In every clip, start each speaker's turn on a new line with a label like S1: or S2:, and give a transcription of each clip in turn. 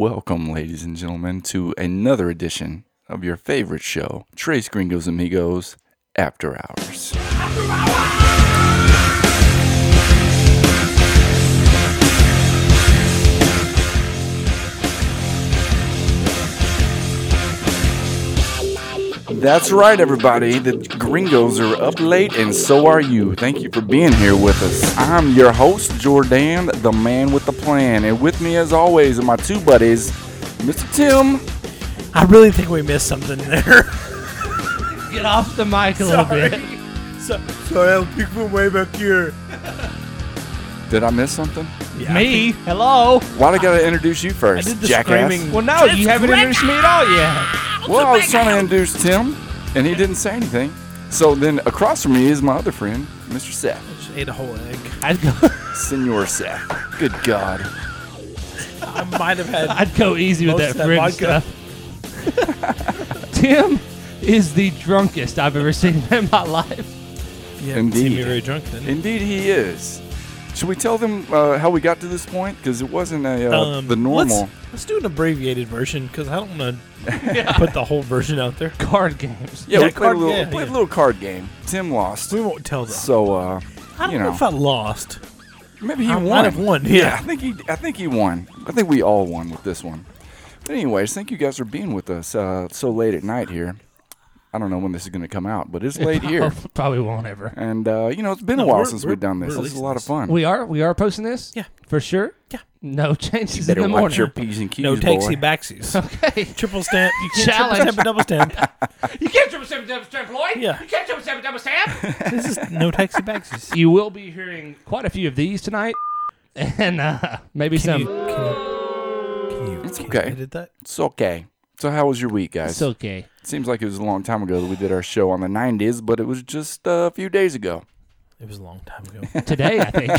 S1: Welcome, ladies and gentlemen, to another edition of your favorite show, Trace Gringos Amigos After Hours. That's right, everybody. The gringos are up late, and so are you. Thank you for being here with us. I'm your host, Jordan, the man with the plan. And with me, as always, are my two buddies, Mr. Tim
S2: I really think we missed something there.
S3: Get off the mic a little bit.
S2: Sorry, I'm from way back here.
S1: Did I miss something?
S2: Yeah,
S3: me? Hello?
S1: Why do I gotta introduce you first,
S2: I did the
S1: jackass?
S2: screaming-
S3: Well, no, you haven't introduced me at all yet.
S1: Well, I was trying to introduce Tim, and he didn't say anything. So then across from me is my other friend, Mr. Seth.
S2: Just ate a whole egg.
S3: I'd go,
S1: Senor Seth. Good God.
S2: I might have had.
S3: I'd go easy with
S2: Most
S3: that,
S2: of that
S3: fridge
S2: vodka.
S3: stuff. Tim is the drunkest I've ever seen him in my life.
S2: Yeah,
S1: Indeed.
S2: Timmy very drunk then.
S1: Indeed, he is. Should we tell them uh, how we got to this point? Because it wasn't a uh,
S2: Um,
S1: the normal.
S2: Let's, let's do an abbreviated version because I don't want to put the whole version out there.
S3: Card games.
S1: Yeah,
S2: yeah,
S1: we played a
S2: card-
S1: little
S2: yeah,
S1: we played
S2: yeah.
S1: a little card game. Tim lost,
S2: We won't tell them.
S1: so uh,
S2: I don't
S1: you
S2: know.
S1: know,
S2: if I lost.
S1: maybe he
S2: I might
S1: won.
S2: have won, yeah.
S1: I think he. I think he won. I think we all won with this one. But anyways, thank you guys for being with us uh, so late at night here. I don't know when this is going to come out, but it's late here,
S3: Oh, Probably won't ever.
S1: and uh, you know it's been a
S2: No,
S1: while
S2: we're-
S1: since
S2: we're-
S1: we've done this.
S2: we're
S1: This is a lot of fun.
S3: We are we are posting this?
S2: Yeah.
S3: For sure?
S2: Yeah.
S3: No changes
S1: Better
S3: in the
S1: watch
S3: morning.
S1: your p's and q's,
S2: No
S1: boy.
S2: takesy backsies.
S3: okay.
S2: triple stamp. You can't
S3: Challenge.
S2: triple stamp and double stamp.
S3: You can't triple seven double stamp, Lloyd.
S2: Yeah. You
S3: can't triple seven double stamp.
S2: this is no takesy backsies.
S3: You will be hearing quite a few of these tonight. And uh, maybe
S2: Can
S3: some
S2: you, can you, can you,
S1: It's
S2: can
S1: okay.
S2: You edit that?
S1: It's okay. So how was your week, guys?
S3: It's okay.
S1: Seems like it was a long time ago that we did our show on the 90s, but it was just uh, a few days ago.
S2: It was a long time ago.
S3: Today, I think.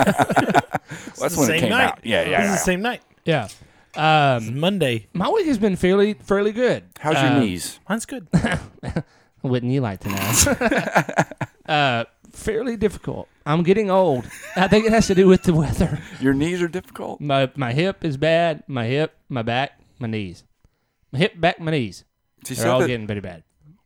S1: that's
S2: the
S1: when it
S2: same
S1: came
S2: night.
S1: out. Yeah, yeah.
S2: This is
S1: yeah.
S2: the same night.
S3: Yeah. Um,
S2: Monday.
S3: my week has been fairly fairly good.
S1: How's your
S3: Uh,
S1: knees?
S2: Mine's good.
S3: Wouldn't you like to know? uh, fairly difficult. I'm getting old. I think it has to do with the weather.
S1: Your knees are difficult.
S3: My my hip is bad. My hip, my back, my knees. My hip, back, my knees.
S1: See,
S3: They're all
S1: Seth,
S3: getting pretty bad.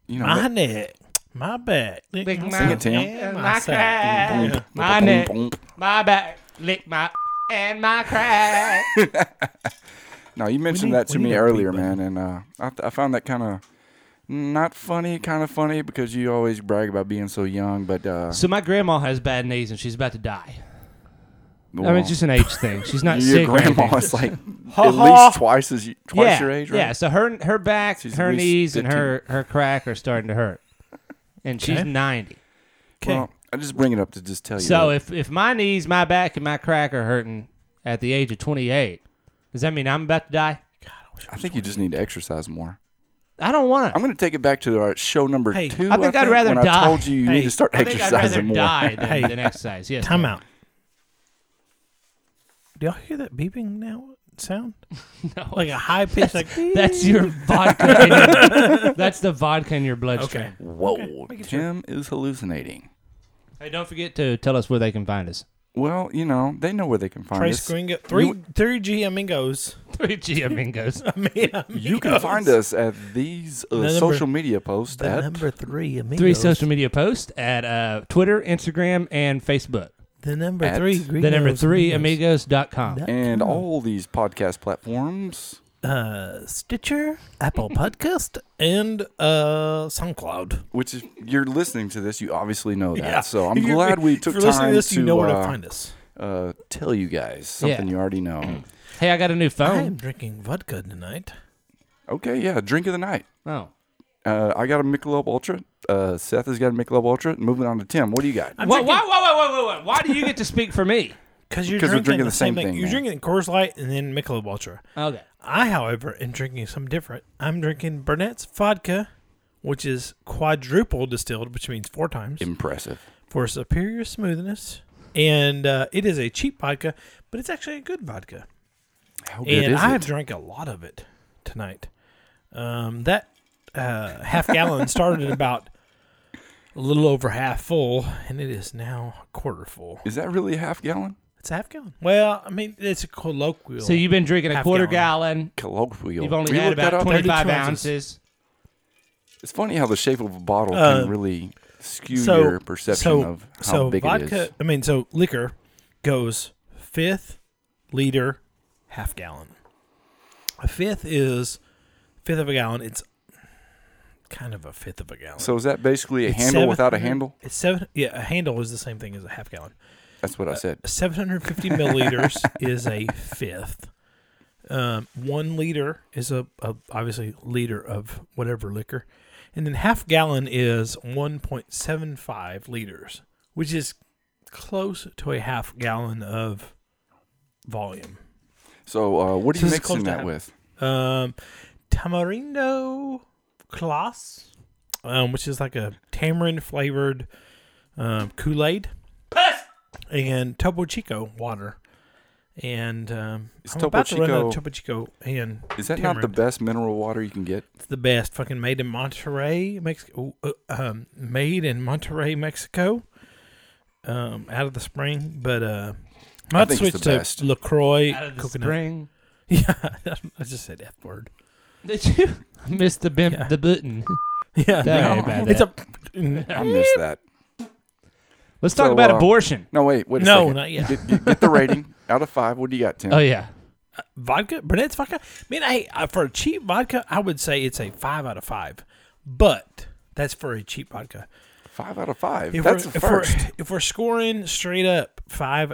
S1: you know,
S2: my
S1: that-
S2: neck, my back,
S3: Lick
S2: my
S3: my
S1: Sing it, Tim.
S3: and
S2: My
S3: my
S2: side.
S1: mm-hmm.
S3: crack.
S2: Yeah.
S3: My
S1: Boom,
S3: neck,
S1: boom.
S3: my back, lick my and my crack.
S1: No, you mentioned
S2: need-
S1: that
S2: we
S1: to
S2: need
S1: me
S2: a
S1: earlier,
S2: big button.
S1: man, and uh, I, th- I found that kind of not funny, kind of funny because you always brag about being so young, but uh,
S3: so my grandma has bad knees and she's about to die. I
S1: well,
S3: mean, it's just an age thing. She's not
S1: your
S3: sick. or anything.
S1: grandma is like
S2: Ha
S1: at
S2: ha.
S1: least twice as you- twice
S3: yeah,
S1: your age, right?
S3: Yeah, so her her back,
S1: She's at
S3: her
S1: least
S3: knees, and her her crack are starting to hurt, and she's
S2: Okay.
S3: ninety.
S2: Okay,
S1: Well, I just bring it up to just tell you.
S3: So
S1: that.
S3: if if my knees, my back, and my crack are hurting at the age of twenty eight, does that mean I'm about to die?
S1: I think you just need to exercise more.
S3: I don't want
S1: I'm
S3: to.
S1: going to take it back to our show number
S2: Hey,
S1: two.
S3: I think I'd rather
S1: when I
S3: die.
S1: told you you need
S2: Hey,
S1: to start
S3: I think I'd rather
S1: exercising more.
S3: die than,
S2: Hey.
S3: than exercise. Yes.
S2: time
S3: ma'am.
S2: out. Do y'all hear that beeping now sound?
S3: No.
S2: Like a high pitch, like
S3: That's your vodka. in your, that's the vodka in your bloodstream.
S2: okay.
S1: Whoa,
S2: making sure.
S1: Tim is hallucinating.
S3: Hey, don't forget to tell us where they can find us.
S1: Well, you know they know where they can find
S2: Trace
S1: us.
S2: Gringo, three three G amigos.
S3: Three G amigos.
S2: I mean, amigos.
S1: You can find us at these uh,
S2: The number-
S1: social media posts
S2: The
S1: at
S2: number three amigos.
S3: Three social media posts at uh, Twitter, Instagram, and Facebook.
S2: The number
S1: At
S2: three.
S1: the
S2: Gringos,
S3: the number three
S2: amigos.
S3: amigos.com
S1: and
S2: Hmm.
S1: all these podcast platforms.
S2: Uh, Stitcher, Apple Podcast, and uh, SoundCloud.
S1: Which is you're listening to this, you obviously know that.
S2: Yeah.
S1: So I'm
S2: If you're-
S1: glad we
S2: if
S1: took
S2: you're listening
S1: time
S2: to this.
S1: to,
S2: you know where to
S1: uh,
S2: find us.
S1: uh, tell you guys something
S3: Yeah.
S1: you already know.
S3: hey i got a new
S2: I am
S3: phone
S2: drinking vodka tonight.
S1: okay, yeah, drink of the night.
S3: oh
S1: Uh, I got a Michelob Ultra. Uh, Seth has got a Michelob Ultra. Moving on to Tim. What do you got?
S3: whoa, whoa, whoa, whoa, whoa, whoa. why do you get to speak for me
S2: Because you're
S1: 'Cause we're
S2: drinking, the same thing. You're
S1: man.
S2: drinking Coors Light and then Michelob Ultra.
S3: okay
S2: I, however, am drinking something different. I'm drinking Burnett's vodka, which is quadruple distilled, which means four times,
S1: Impressive.
S2: for superior smoothness. And uh, it is a cheap vodka, but it's actually a good vodka.
S1: How good
S2: And
S1: is
S2: I
S1: it?
S2: have drank a lot of it tonight. Um, that uh, half gallon started at about a little over half full, and it is now a quarter full.
S1: Is that really a half gallon?
S2: It's half gallon. Well, I mean, it's a colloquial.
S3: So you've been drinking a
S2: Half
S3: quarter
S2: gallon.
S3: gallon.
S1: Colloquial.
S3: You've only
S1: Can you
S3: had
S1: look that
S3: about
S1: up?
S2: 22
S3: 25
S2: ounces.
S3: ounces.
S1: It's funny how the shape of a bottle
S2: Uh,
S1: can really skew
S2: so-
S1: your perception
S2: so,
S1: of how
S2: so
S1: big
S2: vodka,
S1: it is.
S2: I mean, so liquor goes fifth, liter, half gallon. A fifth is fifth of a gallon. It's kind of a fifth of a gallon.
S1: So is that basically a
S2: It's
S1: handle
S2: seven-
S1: without a handle?
S2: It's seven. Yeah, a handle is the same thing as a half gallon.
S1: That's
S2: Uh,
S1: what I said.
S2: 750 milliliters is a fifth. Um, one liter is a, a obviously liter of whatever liquor, and then half gallon is 1.75 liters, which is close to a half gallon of volume.
S1: So uh, what are
S2: So
S1: you
S2: it's close
S1: mixing
S2: to
S1: that
S2: half.
S1: with?
S2: Um, tamarindo class, um, which is like a tamarind flavored um, Kool Aid, and Topo Chico water. And um,
S1: Is
S2: I'm
S1: Topo
S2: about to run out
S1: Chico-
S2: of Topo Chico and
S1: Is that not the
S2: tamarind.
S1: best mineral water you can get?
S2: It's the best. Fucking made in Monterrey, Mexico. ooh, uh, um, made in Monterrey, Mexico. Um, out of the spring, but uh, I might
S1: think
S2: switch
S1: it's the
S2: to
S1: best.
S2: Lacroix
S3: Out of the
S2: coconut.
S3: spring.
S2: Yeah, I just said f word.
S3: Did you miss the, bim-
S2: Yeah.
S3: the button?
S2: Yeah,
S3: Sorry
S2: no.
S3: about
S2: it's
S1: I
S2: a
S1: missed that.
S3: Let's talk
S1: So,
S3: about
S1: uh,
S3: abortion.
S1: No, wait, wait a
S2: no,
S1: second.
S2: not yet.
S1: Get, get- get the rating out of five. What do you got, Tim?
S3: Oh, yeah.
S2: vodka, Burnett's vodka. I mean, I, I for a cheap vodka, I would say it's a five out of five, but that's for a cheap vodka.
S1: Five out of five.
S2: If
S1: That's
S2: we're,
S1: a
S2: if we're-
S1: first.
S2: If we're, scoring straight up five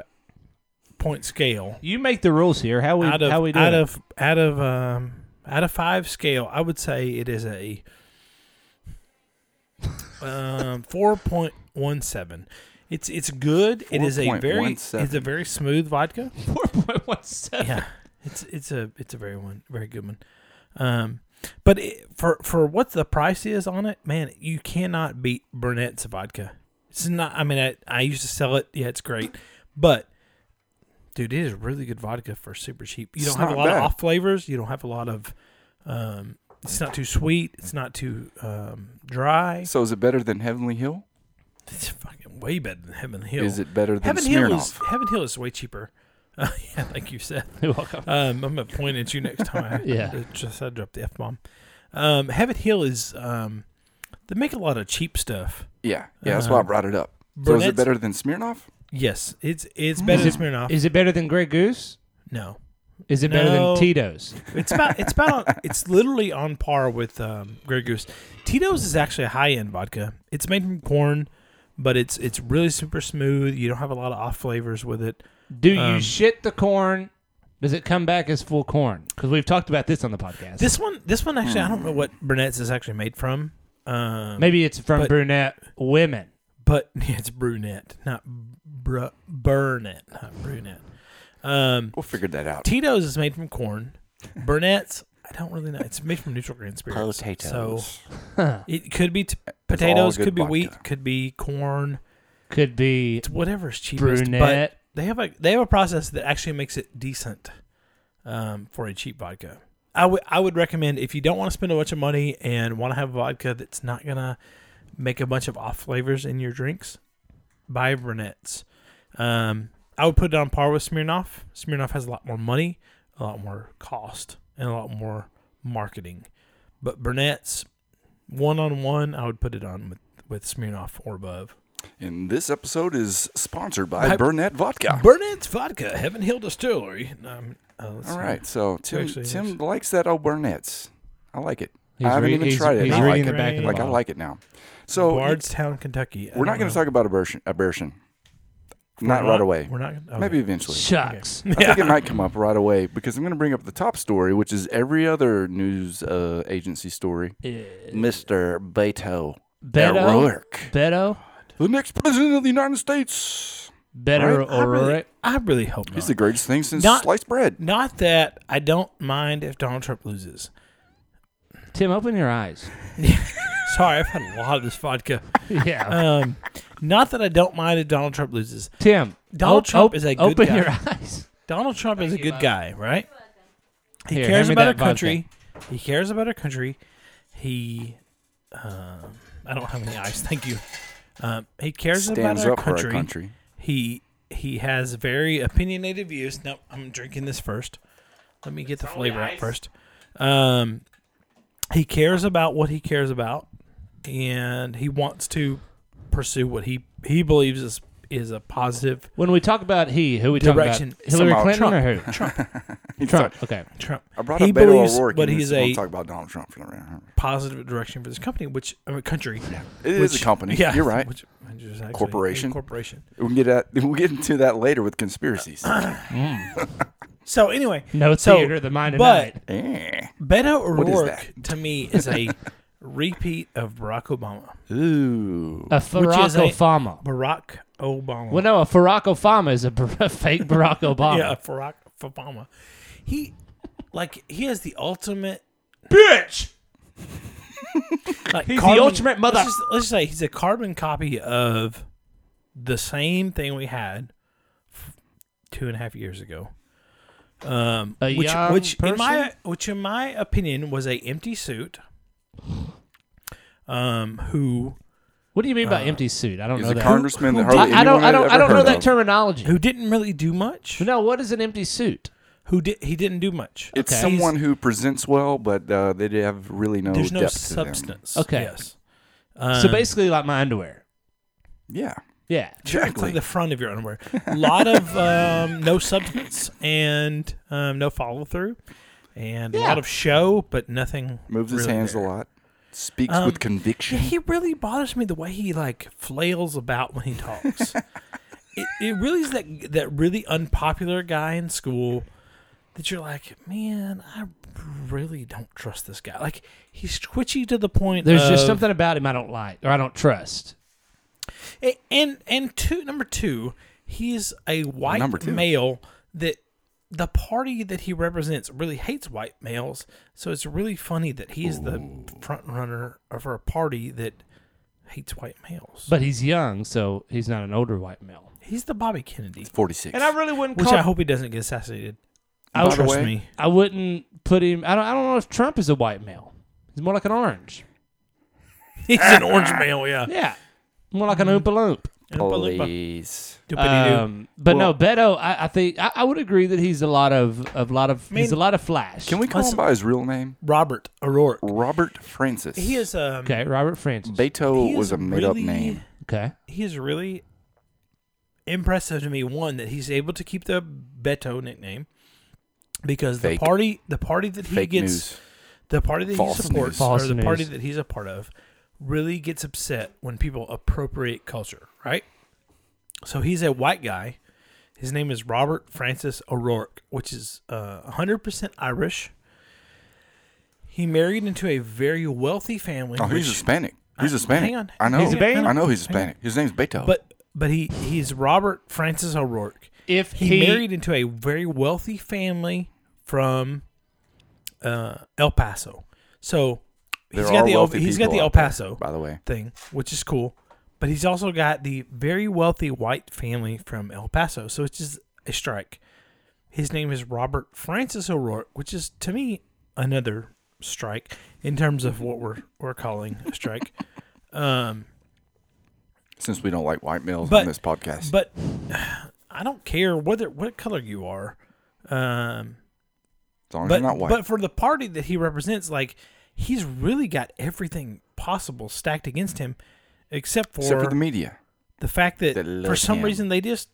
S2: point scale
S3: You make the rules here. How we
S2: out of
S3: how we do
S2: out
S3: it?
S2: of out of um out of five scale, I would say it is a um four point one seven. It's it's good. It is a very it's
S1: 4.17.
S2: a very smooth vodka.
S3: four point one seven.
S2: yeah, it's it's a it's a very one very good one. Um, but it, for for what the price is on it, man, you cannot beat Burnett's vodka. It's not. I mean, I, I used to sell it. Yeah, it's great, but dude, it is really good vodka for super cheap. You
S1: It's
S2: don't have a
S1: not
S2: lot
S1: bad.
S2: of off flavors. You don't have a lot of. Um, it's not too sweet. It's not too um, dry.
S1: So is it better than Heavenly Hill?
S2: It's fucking way better than Heaven Hill.
S1: Is it better than
S2: Heaven
S1: Smirnoff?
S2: Hill is Heaven Hill is way cheaper. Uh, yeah, like you said.
S3: You're welcome.
S2: Um, I'm gonna point at you next time. I,
S3: Yeah.
S2: I just I dropped the f bomb. Um, Heaven Hill is um, they make a lot of cheap stuff.
S1: yeah, yeah. That's why I
S2: Um,
S1: brought it up. so is
S2: Burnett's-
S1: it better than Smirnoff?
S2: Yes, it's it's better than Smirnoff.
S3: Is it better than Grey Goose?
S2: no,
S3: Is it better
S2: No.
S3: than Tito's?
S2: it's about it's about it's literally on par with um, Grey Goose. Tito's is actually a high end vodka. It's made from corn, but it's it's really super smooth. You don't have a lot of off flavors with it.
S3: Do you
S2: Um,
S3: shit the corn? Does it come back as full corn? Because we've talked about this on the podcast.
S2: This one this one actually I don't
S3: Hmm.
S2: know what Burnett's is actually made from. Um,
S3: Maybe it's from
S2: But-
S3: brunette women.
S2: but it's brunette, not br- Burnett, not brunette. Um,
S1: We'll figure that out.
S2: Tito's is made from corn. Burnett's, I don't really know. It's made from neutral grain spirits. So it could be t- potatoes,
S1: good
S2: could be
S1: vodka.
S2: wheat, could be corn.
S3: Could be
S2: It's whatever's cheapest.
S3: brunette.
S2: But they have a they have a process that actually makes it decent um, for a cheap vodka. I would I would recommend if you don't want to spend a bunch of money and want to have vodka that's not gonna make a bunch of off flavors in your drinks, buy brunettes. Um, I would put it on par with Smirnoff. Smirnoff has a lot more money, a lot more cost, and a lot more marketing. But brunettes, one on one, I would put it on with with Smirnoff or above.
S1: And this episode is sponsored by
S2: Hi-
S1: Burnett Vodka.
S2: Burnett's Vodka, Heaven Hill Distillery. Um, uh, let's
S1: All
S2: see.
S1: right, so Tim
S2: actually
S1: Tim
S2: is.
S1: likes that old Burnett's. I like it.
S3: He's
S1: I haven't
S3: re-
S1: even
S3: he's-
S1: tried it.
S3: he's
S1: and I
S3: reading
S1: like
S3: the
S1: it.
S3: back of the
S1: Like I
S3: bottle.
S1: like it now. So
S2: Bardstown, Kentucky. I
S1: we're not
S2: don't
S1: going
S2: know.
S1: to talk about abortion. Abortion.
S2: We're
S1: Not right away.
S2: We're not. Okay.
S1: Maybe eventually.
S3: shucks.
S1: I think it might come up right away because I'm going to bring up the top story, which is every other news uh, agency story. Mr. Beto
S3: Beto?
S1: O'Rourke,
S3: Beto,
S1: the next president of the United States.
S3: better
S1: Right?
S2: I
S3: or
S2: really, I really hope not.
S1: He's the greatest thing since
S2: Not-
S1: sliced bread.
S2: not that I don't mind if Donald Trump loses.
S3: Tim, open your eyes.
S2: Sorry, I've had a lot of this vodka.
S3: Yeah,
S2: Um, not that I don't mind if Donald Trump loses.
S3: Tim.
S2: Donald
S3: op-
S2: Trump
S3: op-
S2: is a good
S3: Open
S2: guy.
S3: your eyes.
S2: Donald Trump is a good guy, right? He
S3: Here, hand
S2: cares
S3: me
S2: about
S3: that
S2: our
S3: vodka.
S2: country. He cares about our country. He, um, I don't have any eyes. Thank you. Um, he cares
S1: Stands
S2: about our
S1: up for our
S2: country.
S1: country.
S2: He He has very opinionated views. No, I'm drinking this first. Let me get the flavor out first. Um, he cares about what he cares about, and he wants to pursue what he he believes is is a positive
S3: When we talk about he, who we talk
S2: Direction.
S3: about? Hillary
S1: Somehow
S3: Clinton
S2: Trump.
S3: or who?
S2: Trump.
S3: Trump. Okay.
S2: Trump.
S1: I brought
S2: he
S1: up Beto
S2: believes,
S1: O'Rourke,
S2: but
S1: and
S2: he's
S1: we
S2: a
S1: won't talk about Donald Trump for the minute.
S2: positive direction for this company, which I mean, country.
S1: It is
S2: which,
S1: a company.
S2: Yeah,
S1: You're right.
S2: Which, which is actually a
S1: Corporation.
S2: Corporation.
S1: We'll get at, we'll get into that later with conspiracies.
S2: So anyway,
S3: No
S2: so,
S3: theater, the mind of
S2: but
S3: night.
S1: Eh.
S2: Beto
S1: is
S2: O'Rourke to me is a repeat of Barack Obama.
S1: Ooh.
S3: A
S2: is a-
S3: Barack Obama.
S2: Barack Obama.
S3: Well, no, a Barack Obama is a, bar- a fake Barack Obama.
S2: yeah, Barack Obama. He like he has the ultimate
S3: Bitch.
S2: like,
S3: He's the ultimate mother-
S2: Let's just, let's just say he's a carbon copy of the same thing we had f- two and a half years ago. Um,
S3: A
S2: which,
S3: young
S2: which in my
S3: person?
S2: which in my opinion was a empty suit. Um, who
S3: What do you mean by empty suit? I don't
S1: Uh, He's
S3: know
S1: a
S3: that.
S1: congressman that
S3: I,
S1: hardly
S3: I
S1: anyone
S3: don't. I
S1: had
S3: don't. I
S1: ever
S3: don't know
S1: heard
S3: that
S1: of.
S3: terminology.
S2: who didn't really do much?
S3: No, what is an empty suit?
S2: Who did he didn't do much?
S1: It's
S3: Okay.
S1: someone who presents well, but uh, they have really no
S2: There's no
S1: depth to them.
S2: substance.
S3: Okay.
S2: Yes. Um,
S1: Uh,
S3: so basically, like my underwear.
S1: Yeah,
S3: Yeah.
S2: It's like
S1: exactly.
S2: the front of your underwear. A lot of um, no substance and um, no follow through, and a
S3: Yeah.
S2: lot of show, but nothing.
S1: Moves his
S2: really
S1: hands
S2: there.
S1: a lot. Speaks
S2: Um,
S1: with
S2: Yeah,
S1: conviction.
S2: he really bothers me the way he like flails about when he talks. it, it really is that that really unpopular guy in school that you're like, man, I really don't trust this guy. Like he's twitchy to the point.
S3: There's just
S1: uh,
S2: of-
S3: something about him I don't like or I don't trust.
S2: A- and and two number two, he's a white
S1: number two.
S2: male that the party that he represents really hates white males. So it's really funny that he is the front runner for a party that hates white males.
S3: But he's young, so he's not an older white male.
S2: he's the Bobby Kennedy,
S1: Forty-six.
S3: And I really wouldn't
S2: which
S3: call.
S2: I hope he doesn't get assassinated. Oh,
S1: By the
S2: trust
S1: way-
S2: me.
S3: I wouldn't put him. I don't. I don't know if Trump is a white male. He's more like an orange.
S2: He's an orange male, yeah.
S3: Yeah. More like an
S1: Mm-hmm.
S3: oompa loomp.
S2: And a balloon-
S1: Please.
S2: doopity-doo.
S3: Um, but no, Beto. I, I think I, I would agree that he's a lot of a lot of he's a
S2: mean-
S3: lot of flash.
S1: Can we call
S2: Let's-
S1: him by his real name?
S2: Robert O'Rourke.
S1: Robert Francis.
S2: He is um
S3: Okay, Robert Francis.
S1: Beto
S2: he
S1: was
S2: is
S1: a made-up
S2: really-
S1: name.
S3: Okay.
S2: he is really impressive to me. One that he's able to keep the Beto nickname because
S1: Fake-
S2: the party, the party that he
S1: Fake
S2: gets,
S1: news.
S2: the party that
S1: False
S2: he supports,
S1: news.
S3: False
S2: or the party
S3: news.
S2: that he's a part of, really gets upset when people appropriate culture. Right. So he's a white guy. His name is Robert Francis O'Rourke, which is uh, 100% Irish. He married into a very wealthy family.
S1: Oh, he's
S2: which-
S1: Hispanic. He's
S2: I-
S1: Hispanic.
S2: hang on.
S1: I know.
S2: He's a Bane?
S1: I know he's
S2: Hang on.
S1: Hispanic. His name's Beto.
S2: But but he he's Robert Francis O'Rourke.
S3: If
S2: He, married into a very wealthy family from uh, El Paso. So
S1: There
S2: he's
S1: are
S2: got the El,
S1: wealthy
S2: he's got
S1: people
S2: the El
S1: out there,
S2: Paso
S1: by the way.
S2: thing, which is cool. But he's also got the very wealthy white family from El Paso. So it's just a strike. His name is Robert Francis O'Rourke, which is to me another strike in terms of what we're we're calling a strike. Um
S1: Since we don't like white males
S2: But-
S1: on this podcast,
S2: But I don't care whether what color you are. Um,
S1: as long as
S2: but
S1: you're not white.
S2: but for the party that he represents, like he's really got everything possible stacked against him, except for,
S1: except for the
S2: the,
S1: media.
S2: fact that
S1: that
S2: for
S1: love
S2: some
S1: him.
S2: reason they just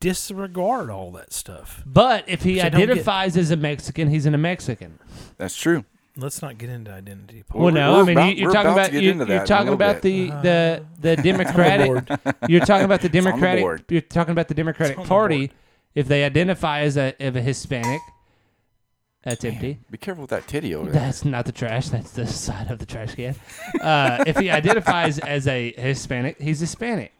S2: disregard all that stuff.
S3: But if he
S2: Which I don't get.
S3: identifies as a Mexican, he's in a Mexican.
S1: That's true.
S2: Let's not get into identity
S1: Well,
S3: Well,
S2: politics.
S1: we're-
S3: no,
S1: we're
S3: I mean
S1: about-
S3: you,
S1: we're
S3: are talking
S1: about to
S3: about
S1: get
S3: you,
S1: into
S3: you're
S1: that in a
S3: talking
S1: little
S3: about the, the Uh. the Democratic. you're talking about the
S1: on the
S3: Democratic.
S1: board.
S3: you're talking about the Democratic
S2: on the
S3: Party.
S2: board.
S3: If they identify as a of a Hispanic, that's empty.
S1: Be careful with that titty over there.
S3: That's not the trash. That's the side of the trash can. Uh, if he identifies as a Hispanic, he's Hispanic.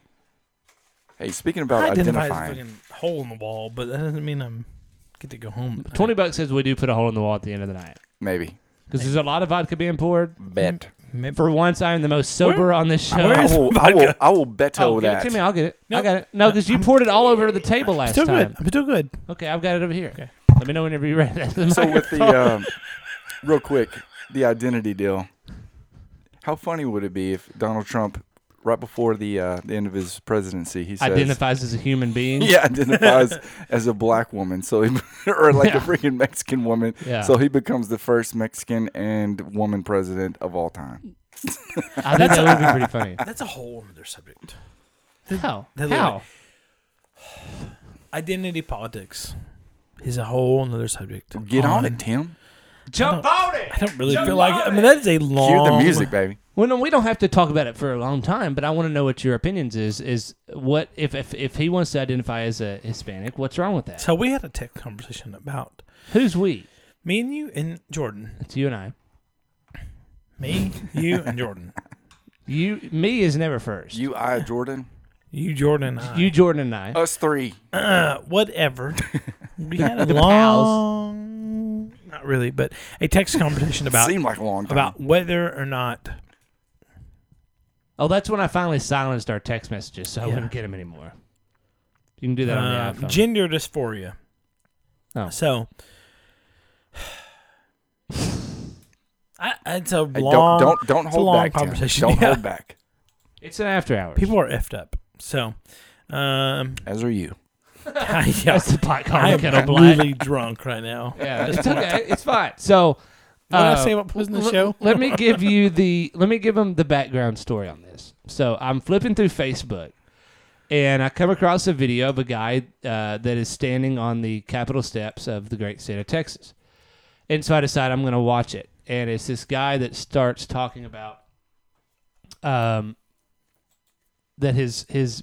S1: Hey, speaking
S2: I
S1: about
S2: identify as a
S1: identifying,
S2: fucking hole in the wall, but that doesn't mean I'm get to go home. tonight.
S3: Twenty bucks says we do put a hole in the wall at the end of the night
S1: maybe
S3: because there's a lot of vodka being poured.
S1: bet.
S2: Maybe-
S3: For once, I am the most sober
S2: Where-
S3: on this show.
S2: Where
S1: I
S2: is
S1: will.
S2: the
S1: I will.
S2: vodka?
S1: I will bet
S3: Oh, give
S1: that.
S3: it to me. I'll get it. I
S2: No.
S3: got it. No, because you poured it all over the table last
S2: Still
S3: time.
S2: good. I'm still good.
S3: Okay, I've got it over here.
S2: Okay.
S3: Let me know whenever you're ready.
S1: so with the um, real quick, the identity deal. How funny would it be if Donald Trump right before the, uh, the end of his presidency. He says,
S3: Identifies as a human being.
S1: yeah, identifies as a black woman, so he, or like a
S3: Yeah.
S1: freaking Mexican woman.
S3: Yeah.
S1: So he becomes the first Mexican and woman president of all time.
S3: I think that would be pretty funny.
S2: That's a whole other subject.
S3: How?
S2: that-
S3: How?
S2: Identity politics is a whole other subject. Um,
S1: Get on it, Tim.
S3: Jump on it.
S2: I don't really feel like. I mean, that is a long.
S1: Hear the music, baby.
S3: Well, no, we don't have to talk about it for a long time, but I want to know what your opinions is. Is what if if, if he wants to identify as a Hispanic? What's wrong with that?
S2: So we had a tech conversation about
S3: Who's we?
S2: me and you and Jordan.
S3: It's you and I.
S2: Me, you, and Jordan.
S3: You, me is never first.
S1: You, I, Jordan.
S2: You, Jordan, and I.
S3: You, Jordan, and I.
S1: Us three.
S2: uh, whatever. We had a
S3: The
S2: long, not really, but a text conversation about
S1: Seemed like a long time.
S2: about whether or not.
S3: Oh, that's when I finally silenced our text messages, so I
S2: Yeah.
S3: wouldn't get them anymore. You can do that
S2: uh,
S3: on the iPhone.
S2: gender dysphoria.
S3: Oh.
S2: So, I, it's a
S1: Hey,
S2: long.
S1: don't don't don't
S2: it's a
S1: hold
S2: long
S1: back. Tim.
S2: conversation.
S1: Don't
S2: Yeah.
S1: hold back.
S3: it's an after hours.
S2: People are effed up. So, um,
S1: As are you.
S2: I, yeah,
S3: that's the pot
S2: I
S3: calling
S2: am
S3: kettle black.
S2: really drunk right now.
S3: yeah, it's okay. It's fine. So,
S2: What did
S3: uh,
S2: I say about posing the
S3: Let-
S2: show?
S3: let me give you the let me give them the background story on this. So I'm flipping through Facebook, and I come across a video of a guy uh, that is standing on the Capitol steps of the great state of Texas, and so I decide I'm going to watch it. And it's this guy that starts talking about um, that his his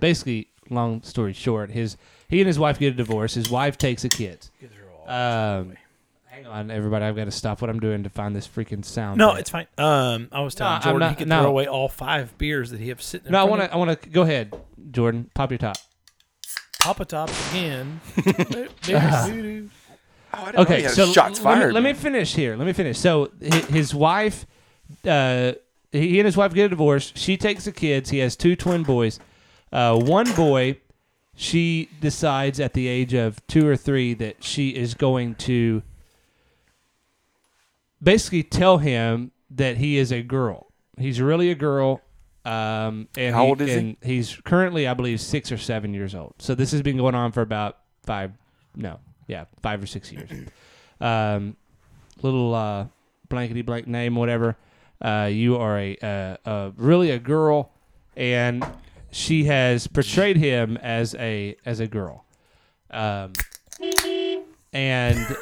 S3: basically long story short his he and his wife get a divorce. His wife takes the kids. Um, hang on, everybody. I've got to stop what I'm doing to find this freaking sound.
S2: No,
S3: bit.
S2: it's fine. Um, I was telling
S3: No, I'm
S2: Jordan he
S3: not-
S2: could
S3: no.
S2: throw away all five beers that he have sitting. in
S3: no. I
S2: front
S3: want
S2: of
S3: to. I want to go ahead, Jordan. Pop your top.
S2: Pop a top again.
S1: Oh, I didn't know
S3: Okay,
S1: you had
S3: so
S1: shots
S3: let me-
S1: fired.
S3: Let me,
S1: man.
S3: finish here. Let me finish. So hi- his wife, uh, he and his wife get a divorce. She takes the kids. He has two twin boys. Uh, one boy, she decides at the age of two or three that she is going to basically tell him that he is a girl. He's really a girl. Um, and
S1: How
S3: he-
S1: old is he?
S3: and He's currently, I believe, six or seven years old. So this has been going on for about five, no, yeah, five or six years. Um, little uh, blankety blank name, whatever. Uh, you are a, uh, uh, really a girl, and she has portrayed him as a as a girl. Um, and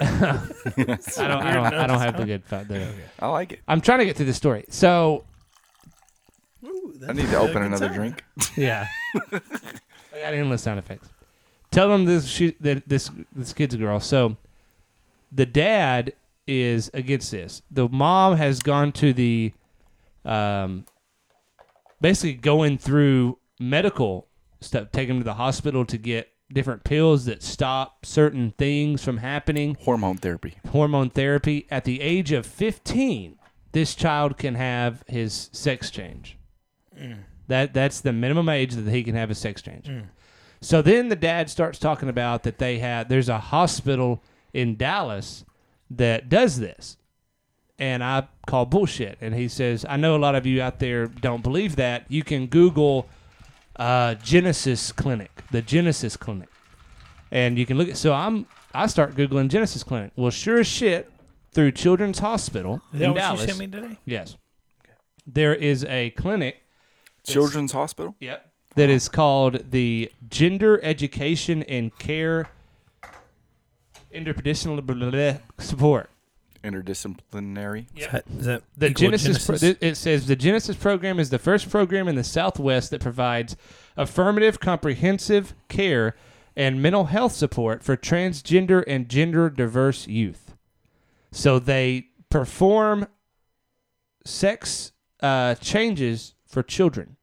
S3: I don't I don't, I don't have the good fu- the,
S1: I like it.
S3: I'm trying to get through the story. So
S1: I need to open another drink.
S3: yeah, I got endless sound effects. Tell them this she, that this this kid's a girl. So the dad is against this. The mom has gone to the, um, basically going through medical stuff, taking him to the hospital to get different pills that stop certain things from happening
S1: Hormone therapy.
S3: hormone therapy at the age of 15 this child can have his sex change that that's the minimum age that he can have a sex change
S2: Mm.
S3: so then the dad starts talking about that they had there's a hospital in Dallas that does this and I call bullshit and he says I know a lot of you out there don't believe that you can google uh, Genesis clinic the Genesis clinic and you can look at so i'm i start googling genesis clinic well sure as shit through children's hospital in
S2: Is that what
S3: dallas
S2: you sent me today?
S3: yes there is a clinic
S1: Children's Hospital.
S3: Yep. That is called the Gender Education and Care Interpeditional blah, blah, Support.
S1: Interdisciplinary.
S2: Is that- is that
S3: The
S2: equal
S3: Genesis, pro- it says the Genesis program is the first program in the Southwest that provides affirmative, comprehensive care and mental health support for transgender and gender diverse youth. So they perform sex uh, changes for children.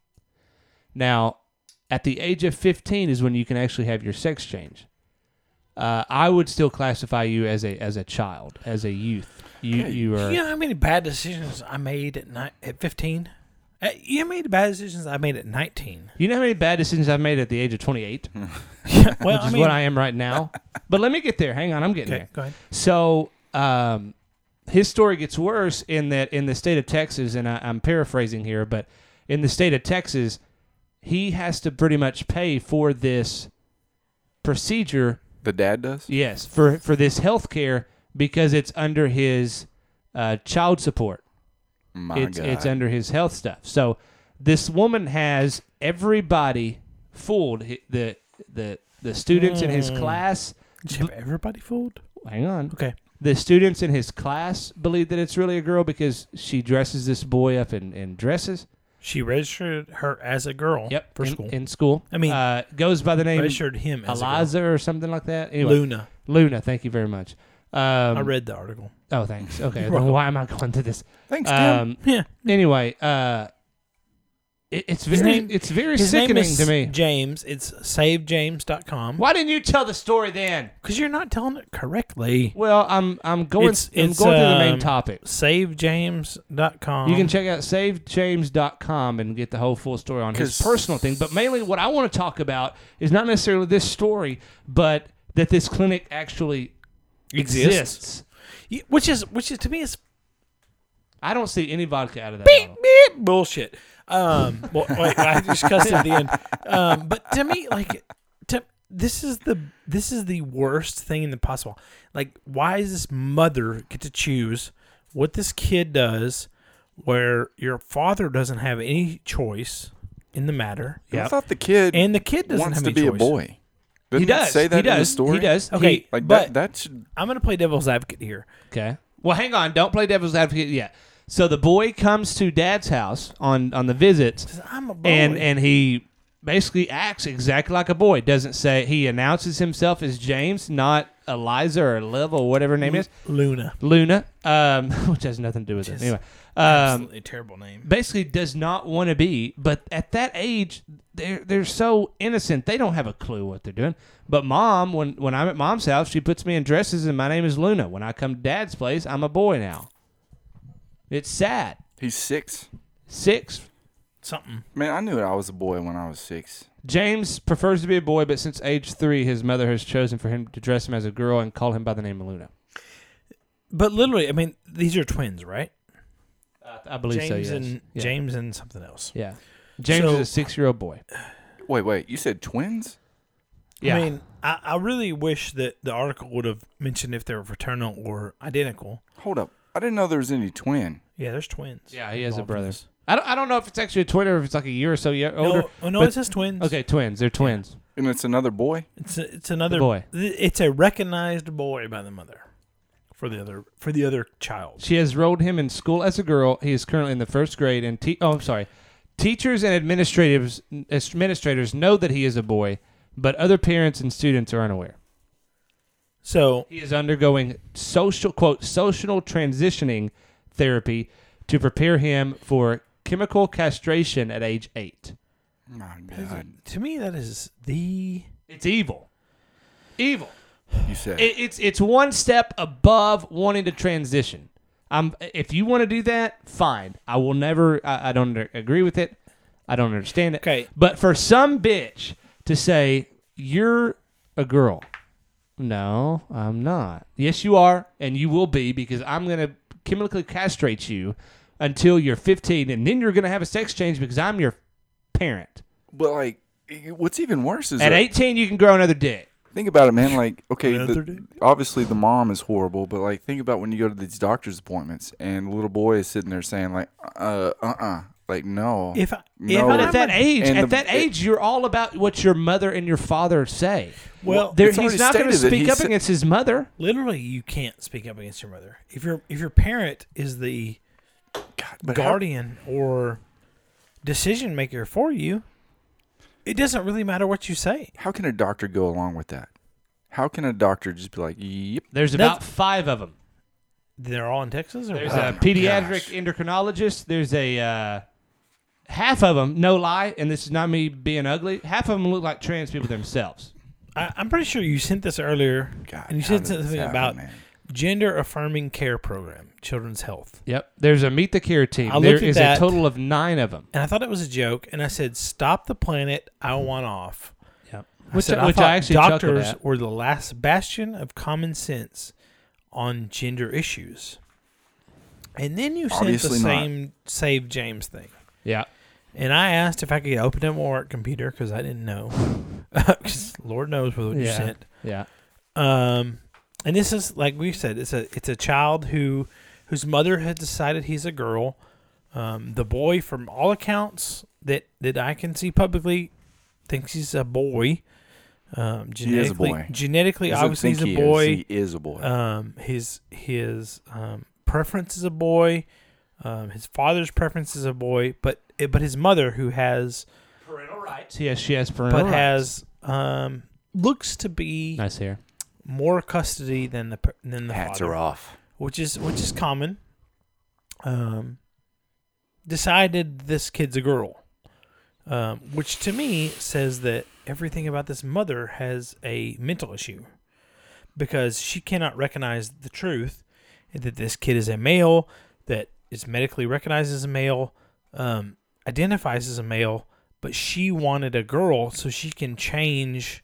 S3: Now, at the age of 15 is when you can actually have your sex change. Uh, I would still classify you as a as a child, as a youth. You you are
S2: Do you know how many bad decisions I made at ni- at fifteen? Uh, You know how many bad decisions I made at nineteen?
S3: You know how many bad decisions I've made at the age of 28, which
S2: Well,
S3: is
S2: I mean,
S3: what I am right now. but let me get there. Hang on, I'm getting
S2: okay,
S3: there.
S2: go ahead.
S3: So, um, his story gets worse in that in the state of Texas, and I, I'm paraphrasing here, but in the state of Texas, he has to pretty much pay for this procedure.
S1: The dad does?
S3: Yes, for for this health care because it's under his uh, child support.
S1: My
S3: it's
S1: God.
S3: it's under his health stuff. So this woman has everybody fooled. H- The the the students in
S2: Hmm.
S3: his class.
S2: Did you have everybody fooled?
S3: Hang on.
S2: Okay.
S3: The students in his class believe that it's really a girl because she dresses this boy up in, in dresses.
S2: She registered her as a girl.
S3: Yep,
S2: For
S3: in,
S2: school.
S3: in school.
S2: I mean,
S3: uh, goes by the name
S2: registered him as a
S3: Eliza or something like that.
S2: girl.
S3: Anyway,
S2: Luna.
S3: Luna, thank you very much. Um,
S2: I read the article.
S3: oh, thanks. Okay,
S2: You're
S3: then
S2: welcome.
S3: why am I going through this?
S1: Thanks, Tim.
S3: Um,
S2: Yeah.
S3: anyway, uh, it, it's very
S2: His name-
S3: it's very
S2: His name
S3: sickening
S2: is
S3: to me.
S2: James. It's savejames.com.
S3: Why didn't you tell the story then?
S2: Because you're not telling it correctly.
S3: Well, I'm I'm going
S2: It's-
S3: I'm
S2: it's,
S3: going through the main
S2: um,
S3: topic.
S2: Savejames.com.
S3: You can check out savejames.com and get the whole full story on his
S1: 'Cause-
S3: personal thing. But mainly, what I want to talk about is not necessarily this story, but that this clinic actually
S2: Exists.
S3: exists.
S2: Y- Which is, which is to me, is
S3: I don't see any vodka out of that. bottle.
S2: beep, bullshit. Um, well, wait, I just cussed at the end. Um, but to me, like, to, this is the this is the worst thing in the possible. Like, why does this mother get to choose what this kid does, where your father doesn't have any choice in the matter,
S1: I thought the kid
S2: and the kid doesn't
S1: wants
S2: have
S1: to
S2: any
S1: be
S2: choice.
S1: a boy. Didn't
S3: He
S1: it
S3: does.
S1: say that
S3: he does.
S1: in the story?
S3: He does.
S2: Okay,
S3: He-
S1: Like that,
S2: but
S1: that should
S2: I'm gonna play devil's advocate here.
S3: okay. Well, hang on. Don't play devil's advocate yet. So the boy comes to dad's house on on the visits.
S2: 'Cause I'm a boy.
S3: and and he basically acts exactly like a boy. Doesn't say he announces himself as James, not Eliza or Liv or whatever her name is,
S2: Luna,
S3: Luna, um, which has nothing to do with it
S2: Just
S3: anyway. Um,
S2: absolutely terrible name.
S3: basically, does not want to be, but at that age, they're they're so innocent. They don't have a clue what they're doing. But mom, when when I'm at mom's house, she puts me in dresses, and my name is Luna. When I come to dad's place, I'm a boy now. It's sad.
S1: he's six.
S3: Six
S2: Something.
S1: Man, I knew I was a boy when I was six.
S3: James prefers to be a boy, but since age three, his mother has chosen for him to dress him as a girl and call him by the name of Luna.
S2: But literally, I mean, these are twins, right?
S3: I believe
S2: James
S3: so. Yes.
S2: and
S3: yeah.
S2: James and something else.
S3: Yeah. James
S2: So-
S3: is a six-year-old boy.
S1: Wait, wait. You said twins?
S3: Yeah.
S2: I mean, I, I really wish that the article would have mentioned if they were fraternal or identical.
S1: Hold up. I didn't know there was any twin.
S2: Yeah, there's twins.
S3: Yeah, he has a
S2: involved in
S3: brother.
S2: this.
S3: I don't, I don't know if it's actually a twin or if it's like a year or so ye- older.
S2: No, oh, no,
S3: but-
S2: it says twins.
S3: okay, twins. They're twins.
S1: And it's another boy?
S2: it's a, it's another
S3: boy.
S2: th- It's a recognized boy by the mother for the other for the other child.
S3: She has rolled him in school as a girl. He is currently in the first grade, and te- oh, I'm sorry, teachers and administrators administrators know that he is a boy, but other parents and students are unaware.
S2: So
S3: He is undergoing social quote social transitioning therapy to prepare him for chemical castration at age eight.
S1: My God.
S2: to me, that is the
S3: It's evil. Evil.
S1: You said.
S3: It, it's it's one step above wanting to transition. Um, if you want to do that, fine. I will never. I, I don't under- agree with it. I don't understand it.
S2: Okay.
S3: But for some bitch to say you're a girl, no, I'm not. Yes, you are, and you will be because I'm gonna chemically castrate you until you're 15, and then you're gonna have a sex change because I'm your parent.
S1: but, like, y- what's even worse is
S3: At
S1: that-
S3: 18, you can grow another dick.
S1: think about it, man. Like, okay,
S2: Another
S1: the,
S2: day.
S1: obviously the mom is horrible, but, like, think about when you go to these doctor's appointments and the little boy is sitting there saying, like, uh, uh, uh. Like, no.
S2: if I, if
S1: No.
S2: I'm
S3: But at that
S2: a-
S3: age,
S1: and
S3: at
S1: the-
S3: that age, you're all about what your mother and your father say.
S2: well,
S3: There,
S1: It's
S3: he's
S1: already
S3: not going to
S1: stated that
S3: speak
S1: he
S3: up
S1: sa-
S3: against his mother.
S2: literally you can't speak up against your mother if your if your parent is the
S1: God, but how-
S2: guardian or decision maker for you it doesn't really matter what you say
S1: how can a doctor go along with that? How can a doctor just be like, yep,
S3: There's
S2: That's-
S3: about five of them.
S2: they're all in texas or
S3: There's
S2: what?
S3: a pediatric endocrinologist. There's a uh, half of them, no lie, and this is not me being ugly. Half of them look like trans people themselves.
S2: I, i'm pretty sure you sent this earlier
S1: God,
S2: and you
S1: how
S2: said
S1: does this
S2: something
S1: happen,
S2: about
S1: man?
S2: gender affirming care program children's health
S3: Yep. There's a meet the care team.
S2: I
S3: there
S2: looked at
S3: is
S2: that.
S3: a total of nine of them.
S2: and i thought it was a joke and i said stop the planet i want off
S3: Yep.
S2: I
S3: Which,
S2: said,
S3: I, which
S2: thought
S3: I actually chuckled
S2: doctors
S3: at.
S2: were the last bastion of common sense on gender issues. And then you sent the
S1: Obviously not.
S2: same Save James thing.
S3: Yeah.
S2: And I asked if I could open up my work computer because I didn't know. 'Cause Lord knows what you
S3: Yeah.
S2: sent.
S3: Yeah.
S2: Um, and this is like we said, it's a it's a child who whose mother has decided he's a girl. Um, the boy, from all accounts that that I can see publicly, thinks he's a boy. Um,
S1: He is a
S2: genetically,
S1: boy.
S2: genetically,
S1: Doesn't
S2: obviously,
S1: think
S2: he's
S1: he is.
S2: a boy.
S1: He is a boy.
S2: Um, his his um, preference is a boy. Um, his father's preference is a boy, but eh, but his mother, who has
S3: Parental rights. Yes, she has parental
S2: but
S3: rights.
S2: has um, looks to be
S3: nice hair.
S2: more custody than the per- than the
S1: Hats
S2: father,
S1: are off.
S2: which is which is common. Um, decided this kid's a girl, um, which to me says that everything about this mother has a mental issue, because she cannot recognize the truth that this kid is a male, that is medically recognized as a male, um, identifies as a male, but she wanted a girl so she can change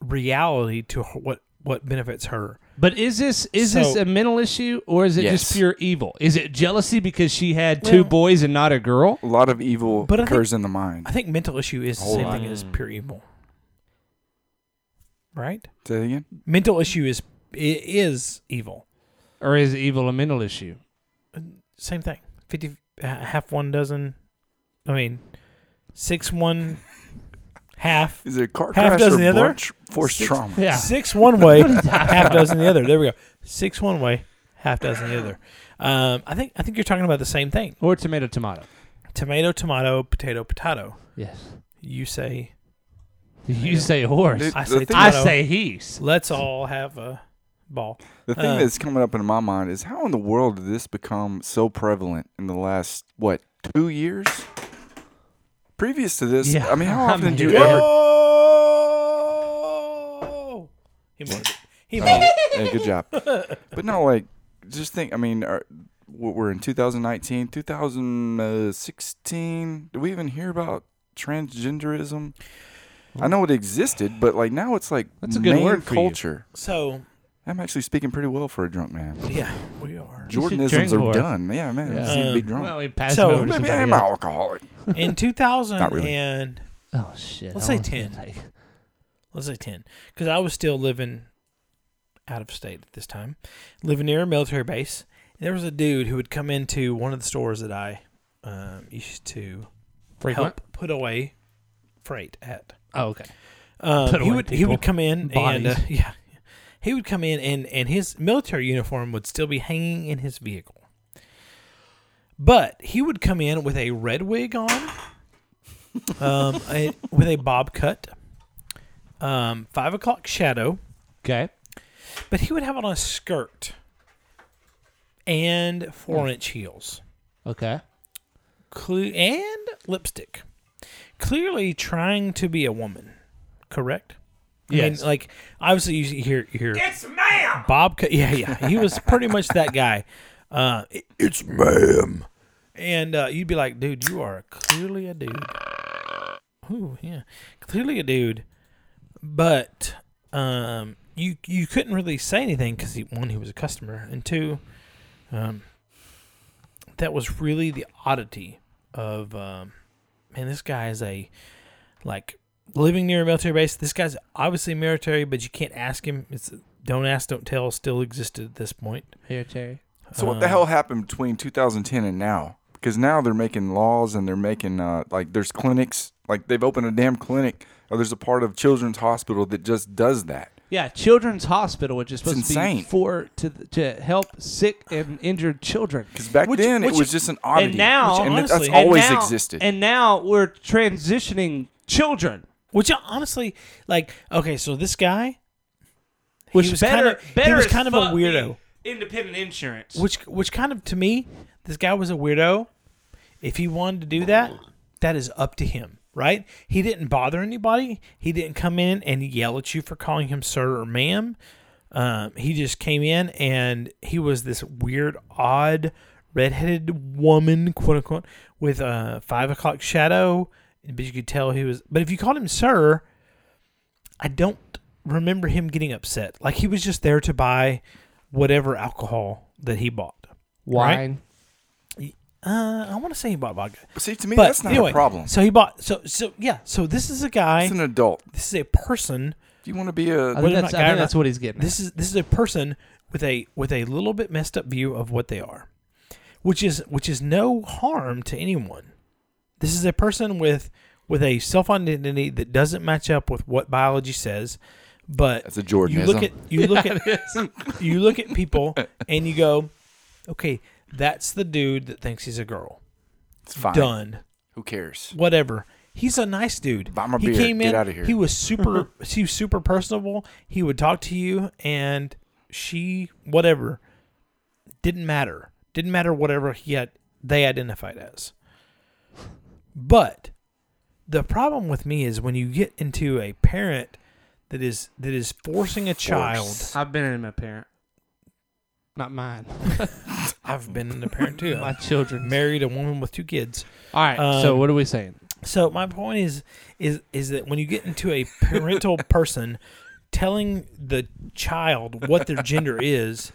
S2: reality to her, what what benefits her.
S3: But is this is this
S2: So-
S3: a mental issue or is it
S1: Yes.
S3: just pure evil? Is it jealousy because she had
S2: Well-
S3: two boys and not a girl?
S1: A lot of evil
S2: But I think-
S1: occurs in the mind.
S2: I think mental issue is the
S1: Whole
S2: same
S1: lot.
S2: thing as pure evil, right?
S1: Say that again.
S2: Mental issue is i- is evil.
S3: Or is evil a mental issue?
S2: Same thing. Fifty uh, half one dozen. I mean, six one half.
S1: Is it a car
S2: Half
S1: crash
S2: dozen
S1: or
S2: the other?
S1: blood tr- force
S2: Six-
S1: trauma?
S3: Yeah.
S2: Six one way, half dozen the other. There we go. Six one way, half dozen the other. Um, I think I think you're talking about the same thing.
S3: Or tomato tomato.
S2: Tomato, tomato, potato, potato.
S3: Yes.
S2: You say
S3: You say horse.
S1: Dude,
S2: I
S1: the
S2: say
S1: thing-
S3: I
S2: tomato.
S3: say he's.
S2: let's all have a ball.
S1: The thing
S2: Uh,
S1: that's coming up in my mind is how in the world did this become so prevalent in the last what two years? Previous to this,
S3: Yeah,
S1: I mean, how
S3: I
S1: often do
S3: mean-
S1: you ever?
S2: Whoa! He made it. He
S1: Oh.
S2: made it.
S1: Yeah, good job. But no, like, just think. I mean, are, what we're in 2019, 2016. Did we even hear about transgenderism? I know it existed, but like now it's like
S3: That's a good
S1: main
S3: word for you.
S1: culture.
S2: So
S1: I'm actually speaking pretty well for a drunk man.
S2: yeah, we are
S3: You should
S1: Jordanisms
S3: drink more.
S1: are done. Yeah, man.
S3: Yeah.
S1: I seem to be
S2: Um,
S1: drunk.
S3: Well, he passed
S2: So-
S3: it over to
S1: Maybe
S3: somebody
S1: I'm an
S3: else.
S1: alcoholic.
S2: in 2000
S1: Not really.
S2: and
S3: Oh shit.
S2: Let's
S3: I
S2: say
S3: wanna-
S2: 10. let's say 10 because i was still living out of state at this time living near a military base there was a dude who would come into one of the stores that i um, used to
S3: Frequent.
S2: help put away freight at
S3: Oh, okay.
S2: Um,
S3: Put
S2: he
S3: away
S2: would he
S3: people.
S2: would come in and uh,
S3: Bodies.
S2: yeah, he would come in and and his military uniform would still be hanging in his vehicle. But he would come in with a red wig on, um, a, with a bob cut, um, five o'clock shadow,
S3: Okay.
S2: but he would have on a skirt and four inch heels
S3: Okay.
S2: cle- and lipstick. Clearly trying to be a woman, correct? I mean,
S3: Yes.
S2: like obviously you see- hear you hear it's ma'am. Bob, Cut- yeah, yeah, he was pretty much that guy. Uh, "It- it's ma'am, and uh, you'd be like, dude, you are clearly a dude. Ooh, yeah, clearly a dude, but um, you you couldn't really say anything because he, one, he was a customer, and two, um, that was really the oddity of um, man, this guy is a like living near a military base. This guy's obviously military, but you can't ask him. It's don't ask, don't tell still existed at this point.
S3: Here, Terry.
S1: So
S2: Um,
S1: what the hell happened between 2010 and now? Because now they're making laws and they're making uh, like there's clinics like they've opened a damn clinic or there's a part of Children's Hospital that just does that.
S3: Yeah, Children's Hospital, which is supposed to be
S1: insane.
S3: for to to help sick and injured children.
S1: Because back
S2: Which-
S1: then
S2: which-
S1: it was just an oddity,
S3: and now-
S1: and that-
S2: honestly-
S1: that's
S2: And
S1: always
S3: now-
S1: existed.
S3: And now we're transitioning children,
S2: Which I honestly, like, okay, so this guy,
S3: which
S2: was
S3: better
S2: kinda- he
S3: better
S2: was
S3: as
S2: kind of a
S3: fuck
S2: weirdo.
S3: than Independent insurance.
S2: which which kind of to me, this guy was a weirdo. If he wanted to do that, that is up to him, right? He didn't bother anybody. He didn't come in and yell at you for calling him sir or ma'am. Um, he just came in and he was this weird, odd, redheaded woman, quote unquote, with a five o'clock shadow. But you could tell he was. But if you called him sir, I don't remember him getting upset. Like he was just there to buy whatever alcohol that he bought.
S3: wine?
S2: Uh, I want to say he bought vodka.
S1: See, to me,
S2: But
S1: that's not
S2: anyway,
S1: a problem.
S2: So he bought. So so yeah. So this is a guy.
S1: It's an adult.
S2: this is a person.
S1: If you want to be a,
S3: I
S2: Whether
S3: think,
S2: or
S3: that's,
S2: not
S3: I
S2: guy or
S3: think that's
S2: not-
S3: what he's getting. at.
S2: This is this is a person with a with a little bit messed up view of what they are, which is which is no harm to anyone. This is a person with with a self identity that doesn't match up with what biology says, but
S1: that's a
S2: you
S1: Jordanism.
S2: look at you look at you look at people and you go, okay, that's the dude that thinks he's a girl.
S1: it's fine.
S2: Done
S1: Who cares?
S2: whatever. He's a nice dude.
S1: Buy my
S2: he
S1: beer.
S2: came
S1: Get
S2: in.
S1: outta here.
S2: He was super. he was super personable. He would talk to you, and she, whatever, didn't matter. Didn't matter whatever he had, they identified as. But the problem with me is when you get into a parent that is that is forcing a child.
S1: Force.
S3: I've been in a parent, not mine.
S2: I've been in a parent too.
S3: My
S2: I
S3: children.
S2: married a woman with two kids.
S3: All right. so
S2: Um,
S3: what are we saying?
S2: So my point is is is that when you get into a parental person telling the child what their gender is,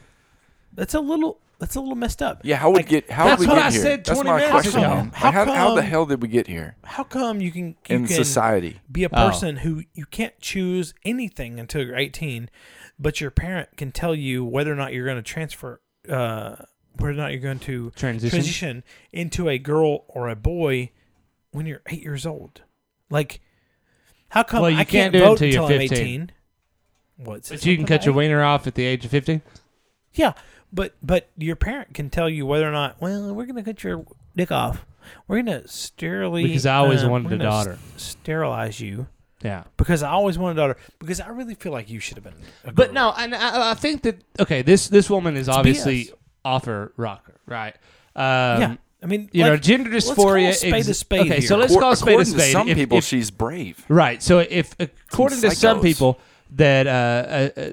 S2: that's a little that's a little messed up.
S1: Yeah, how would
S2: Like,
S1: get how
S3: that's
S1: did we
S3: what
S1: get
S3: I
S1: here?
S3: said
S1: that's
S3: 20
S1: my
S3: minutes
S1: question.
S2: ago.
S1: man.
S2: How
S1: Like, how, how the
S2: come-
S1: hell did we get here
S2: How come you can you
S1: in
S2: can
S1: society?
S2: be a
S3: Oh.
S2: person who you can't choose anything until you're 18, but your parent can tell you whether or not you're going to transfer uh whether or not you're going to
S3: Transition.
S2: transition into a girl or a boy when you're eight years old. Like, how come
S3: Well, you
S2: I
S3: can't
S2: can't,
S3: do it
S2: vote
S3: until
S2: until,
S3: you're
S2: I'm
S3: 15.
S2: 18? What's
S3: But you can cut your wiener off at the age of 50?
S2: yeah, but but your parent can tell you whether or not. Well, we're gonna cut your dick off. We're gonna sterilely
S3: Because I always
S2: um,
S3: wanted
S2: we're
S3: a
S2: gonna s-
S3: daughter.
S2: sterilize you
S3: Yeah.
S2: because I always wanted a daughter because I really feel like you should have been. A
S3: But
S2: girl.
S3: no, and I, I think that, okay, this, this woman is obviously
S2: BS.
S3: offer rocker, right? Um,
S2: yeah, I mean,
S3: You
S2: like,
S3: know, gender
S2: let's
S3: dysphoria.
S2: call a spade
S3: ex-
S2: a spade
S3: okay,
S2: here.
S3: so let's
S1: Accor-
S3: call a spade a
S1: according
S3: spade.
S1: to some
S3: If-
S1: people,
S3: if-
S1: she's brave.
S3: Right. So if according to some
S1: psychos.
S3: people that uh, uh, uh,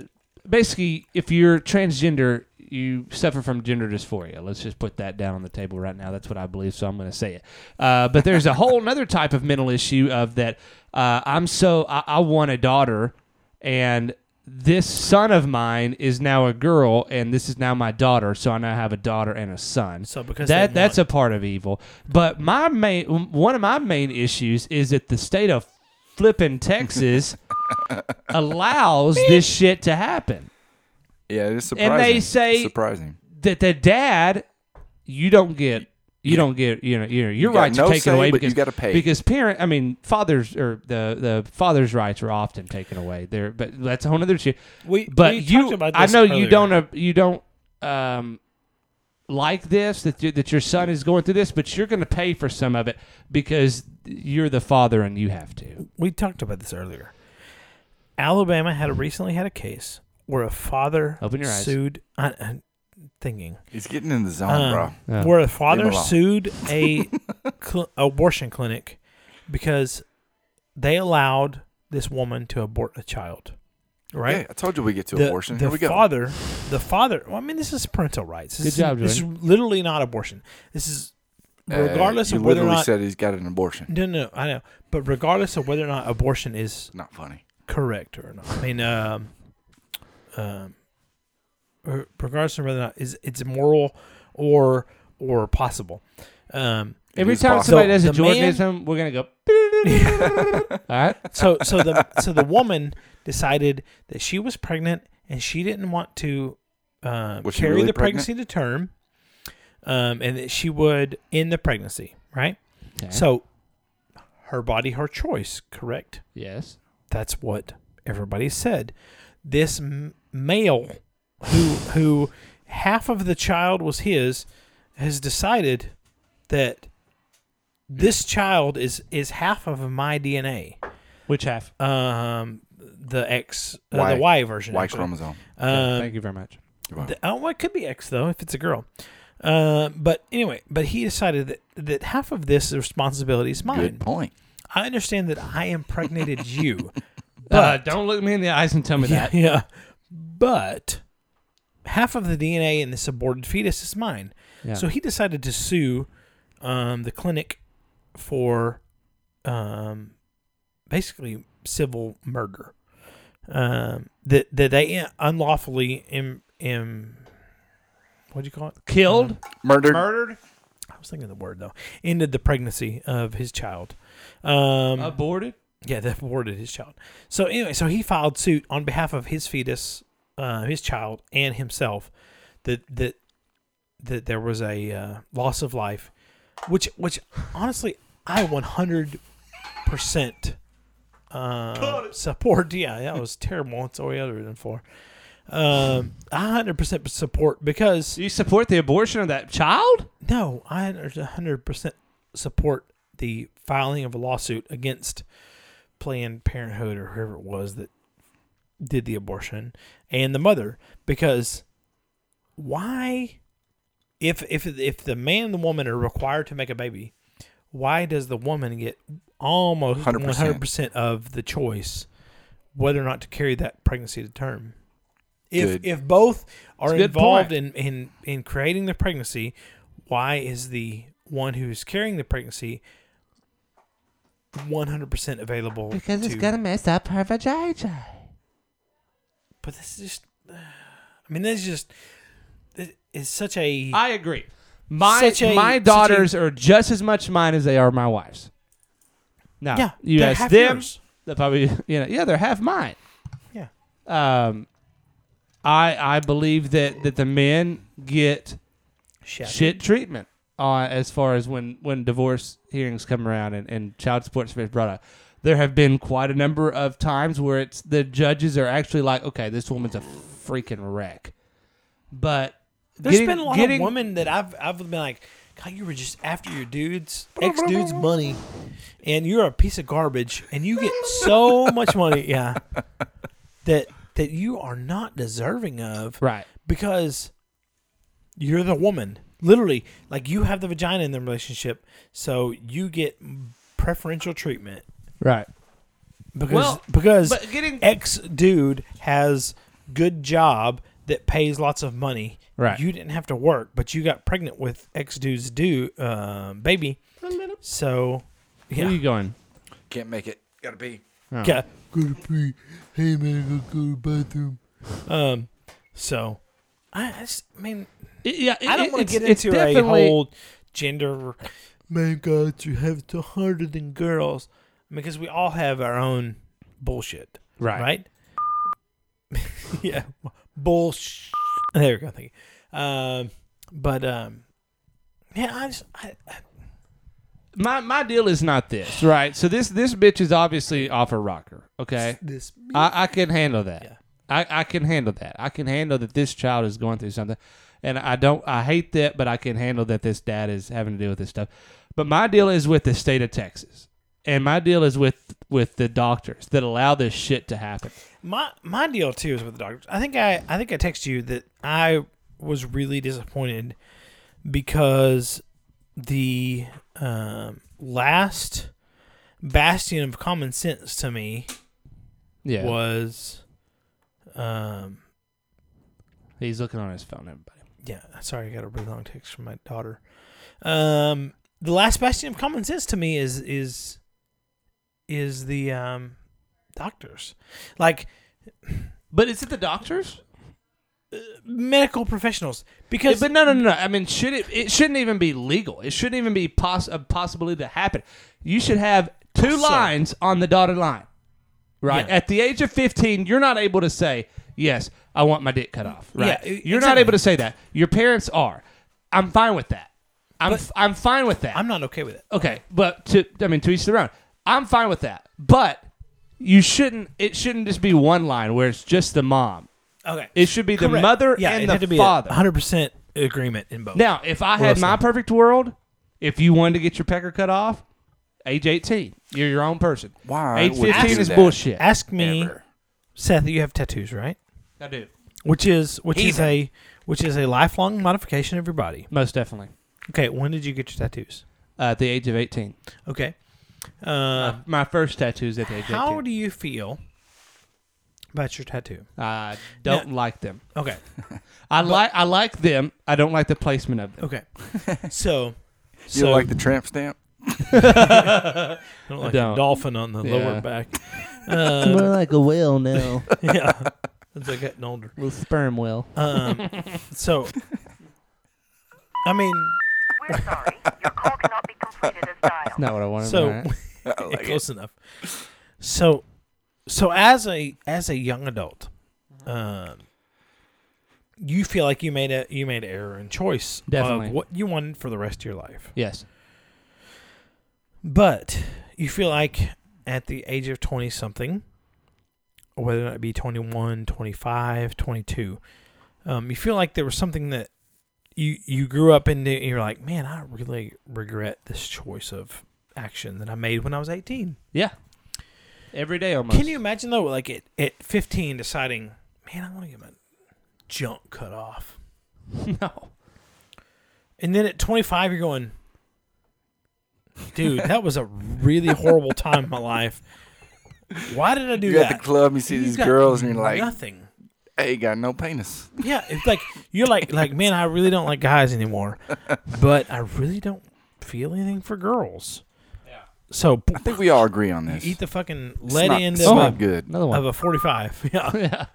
S3: basically if you're transgender, you suffer from gender dysphoria. Let's just put that down on the table right now. That's what I believe, so I'm going to say it. Uh, but there's a whole other type of mental issue of that. Uh, I'm so I, I want a daughter, and this son of mine is now a girl, and this is now my daughter. So I now have a daughter and a son
S2: So because
S3: that
S2: they
S3: that's
S2: want-
S3: a part of evil. But my main one of my main issues is that the state of flipping Texas allows this shit to happen.
S1: Yeah, it is surprising.
S3: And they say-
S1: surprising.
S3: That the dad, you don't get. You don't get, you know, you're, your
S1: got
S3: rights are
S1: no
S3: taken
S1: say,
S3: away
S1: but you
S3: because
S1: gotta pay.
S3: because parent, I mean, fathers or the the father's rights are often taken away. There, but that's a whole other issue.
S2: we
S3: But
S2: we
S3: you,
S2: talked about
S3: I
S2: this
S3: know you
S2: earlier.
S3: don't, uh, you don't, um, like this that you, that your son is going through this, but you're going to pay for some of it because you're the father and you have to.
S2: we talked about this earlier. Alabama had recently had a case where a father
S3: Open your eyes.
S2: sued. I, I'm thinking
S1: He's getting in the zone,
S2: Um,
S1: bro.
S3: Yeah.
S2: where a father
S1: alone.
S2: sued a cl- abortion clinic because they allowed this woman to abort a child. Right?
S1: Yeah, I told you we get to
S2: the,
S1: abortion.
S2: the
S1: Here we go.
S2: father, the father. Well, I mean, this is parental rights. This
S3: Good
S2: is,
S3: job,
S2: This is literally not abortion. This is
S1: Uh,
S2: regardless
S1: you
S2: of whether or
S1: literally
S2: not.
S1: said he's got an abortion.
S2: no, no, I know, but regardless of whether or not abortion is
S1: Not funny.
S2: correct or not. I mean, um, um, or regardless of whether or not is it's immoral or or possible. Um,
S3: Every
S1: is
S3: time
S1: possible.
S3: somebody does a
S2: The man-
S3: Jordanism, we're going to go. All right.
S2: so so the so the woman decided that she was pregnant and she didn't want to uh,
S1: Was she
S2: carry
S1: really
S2: the pregnancy to term, um, and that she would end the pregnancy. Right.
S3: Okay.
S2: So her body, her choice. Correct.
S3: yes.
S2: That's what everybody said. This m- male, who who half of the child was his, has decided that this child is is half of my DNA.
S3: Which half?
S2: Um, the X, uh,
S1: Y.
S2: the Y version.
S1: Y
S2: actually.
S1: chromosome.
S2: Um,
S3: Thank you very much.
S1: You're welcome.
S2: th- oh, well, it could be X though if it's a girl. Uh, but anyway, but he decided that that half of this responsibility is mine.
S1: Good point.
S2: I understand that I impregnated you.
S3: Uh,
S2: But-
S3: don't look me in the eyes and tell me
S2: Yeah,
S3: that.
S2: yeah. But half of the DNA in this aborted fetus is mine.
S3: Yeah.
S2: So he decided to sue um, the clinic for um, basically civil murder. Um, that that they unlawfully im, im what do you call it?
S3: Killed?
S1: Murdered.
S3: Murdered?
S2: I was was thinking the word though. Ended the pregnancy of his child. Um,
S3: Uh-huh. Aborted.
S2: yeah, that aborted his child. So anyway, so he filed suit on behalf of his fetus, uh, his child, and himself that that that there was a uh, loss of life, which which honestly I one hundred percent uh, support. Yeah, that was terrible. It's all we other than for. Um, I hundred percent support because
S3: Do you support the abortion of that child?
S2: no, I 100% support the filing of a lawsuit against Planned Parenthood or whoever it was that did the abortion and the mother because why if if if the man and the woman are required to make a baby, why does the woman get almost
S1: 100%.
S2: 100% of the choice whether or not to carry that pregnancy to term? If
S1: Good.
S2: if both are
S3: a good
S2: involved
S3: point.
S2: in, in in creating the pregnancy, why is the one who's carrying the pregnancy 100% available? to-
S3: mess up her vagina.
S2: But this is just. I mean, this is just. It, it's such a.
S3: I agree. My
S2: Such a-
S3: my
S2: such a-
S3: daughters are just as much mine as they are my wife's. Now,
S2: Yeah,
S3: you
S2: they're
S3: ask
S2: half
S3: them,
S2: yours.
S3: they probably you know yeah they're half mine.
S2: Yeah.
S3: Um, I I believe that that the men get
S2: Shit.
S3: shit treatment uh, as far as when when divorce hearings come around and, and child support is brought up. There have been quite a number of times where it's the judges are actually like, okay, this woman's a freaking wreck, but.
S2: There's
S3: getting-
S2: been a lot
S3: getting,
S2: of women that I've I've been like, God, you were just after your dudes, ex dudes' money, and you're a piece of garbage, and you get so much money, yeah, that that you are not deserving of,
S3: Right.
S2: Because you're the woman, literally, like you have the vagina in the relationship, so you get preferential treatment
S3: Right.
S2: because
S3: Well,
S2: because
S3: But getting
S2: X dude has good job that pays lots of money.
S3: Right.
S2: You didn't have to work, but you got pregnant with X dude's do uh, baby. So
S3: Where are
S2: yeah.
S3: you going?
S1: Can't make it. Gotta pee.
S2: yeah.
S4: Go to pee. Hey man, go to the bathroom.
S2: Um. So I, I just- I mean
S3: yeah,
S2: I don't want to get into a whole gender. Man, God, you have to harder than girls because we all have our own bullshit.
S3: right.
S2: right? yeah, bullsh. There we go. Thank you. Um, but um, yeah, I just I, I-
S3: My my deal is not this, right? So this this bitch is obviously off her rocker. Okay,
S2: this
S3: I, I can handle that.
S2: Yeah.
S3: I, I can handle that. I can handle that this child is going through something, and I don't. I hate that, but I can handle that this dad is having to deal with this stuff. But my deal is with the state of Texas, and my deal is with with the doctors that allow this shit to happen.
S2: my my deal too is with the doctors. I think I I think I text you that I was really disappointed because the um, last bastion of common sense to me
S3: Yeah,
S2: was um
S3: he's looking on his phone. Everybody.
S2: Yeah, sorry, I got a really long text from my daughter. Um, the last bastion of common sense to me is is is the um, doctors, like
S3: But is it the doctors?
S2: medical professionals, because
S3: but no, no, no, no. I mean, should it? It shouldn't even be legal. It shouldn't even be poss- a possibility to happen. You should have two lines on the dotted line, right?
S2: Yeah.
S3: At the age of fifteen, you're not able to say yes. I want my dick cut off. Right?
S2: Yeah, e-
S3: you're not
S2: exactly.
S3: able to say that. Your parents are. I'm fine with that. I'm f- I'm fine with that.
S2: I'm not okay with it.
S3: okay, but to I mean to each their own. I'm fine with that, but you shouldn't. It shouldn't just be one line where it's just the mom.
S2: Okay,
S3: It should be the
S2: Correct.
S3: mother
S2: yeah,
S3: and
S2: it
S3: the
S2: had to be
S3: father.
S2: 100 percent agreement in both.
S3: Now, if I had
S2: else
S3: my
S2: not?
S3: perfect world, if you wanted to get your pecker cut off, age 18, you're your own person.
S1: Why
S3: Age
S1: would you
S3: 15
S1: do
S3: is
S1: that?
S3: bullshit.
S2: ask me,
S1: Ever.
S2: Seth, you have tattoos, right?
S3: I do.
S2: Which is which is
S1: Heathen.
S2: a which is a lifelong modification of your body.
S3: Most definitely.
S2: Okay, when did you get your tattoos?
S3: Uh, at the age of 18.
S2: Okay, uh,
S3: Uh, my first tattoos at the age
S2: How
S3: of 18.
S2: do you feel about your tattoo?
S3: I don't like them.
S2: Okay.
S3: I like I like them. I don't like the placement of them.
S2: Okay. So,
S1: You
S2: so
S1: like the tramp stamp?
S2: I don't like
S3: I don't.
S2: the dolphin on the
S3: Yeah.
S2: lower back. Um,
S3: like a whale now.
S2: yeah. As I gotten older.
S3: little sperm whale.
S2: Um, so, Um, I mean,
S5: We're sorry. Your call cannot be completed as dialed.
S3: Not what I wanted.
S2: So
S3: alright.
S2: close enough. So, so as a as a young adult, um, you feel like you made a you made an error in choice
S3: Definitely.
S2: of what you wanted for the rest of your life.
S3: yes,
S2: But you feel like at the age of 20 something, whether that be 21, 25, 22, um, you feel like there was something that you you grew up into and you're like, man, I really regret this choice of action that I made when I was 18.
S3: yeah. Every day almost.
S2: Can you imagine though, like at, at 15 deciding, man, I'm going to get my junk cut off.
S3: No.
S2: And then at 25, you're going, dude, that was a really horrible time in my life. Why did I do
S1: You're
S2: that?
S1: at the club, you see
S2: You've
S1: these
S2: got
S1: girls, and you're like,
S2: nothing.
S1: "Hey, got no penis."
S2: Yeah, it's like you're like like man, I really don't like guys anymore, but I really don't feel anything for girls. Yeah. So
S1: I think we all agree on this.
S2: eat the fucking
S1: It's
S2: lead
S1: not-
S2: end
S1: it's
S2: of
S1: not
S2: a,
S1: good.
S3: Another one.
S2: of a 45. Yeah.
S3: yeah.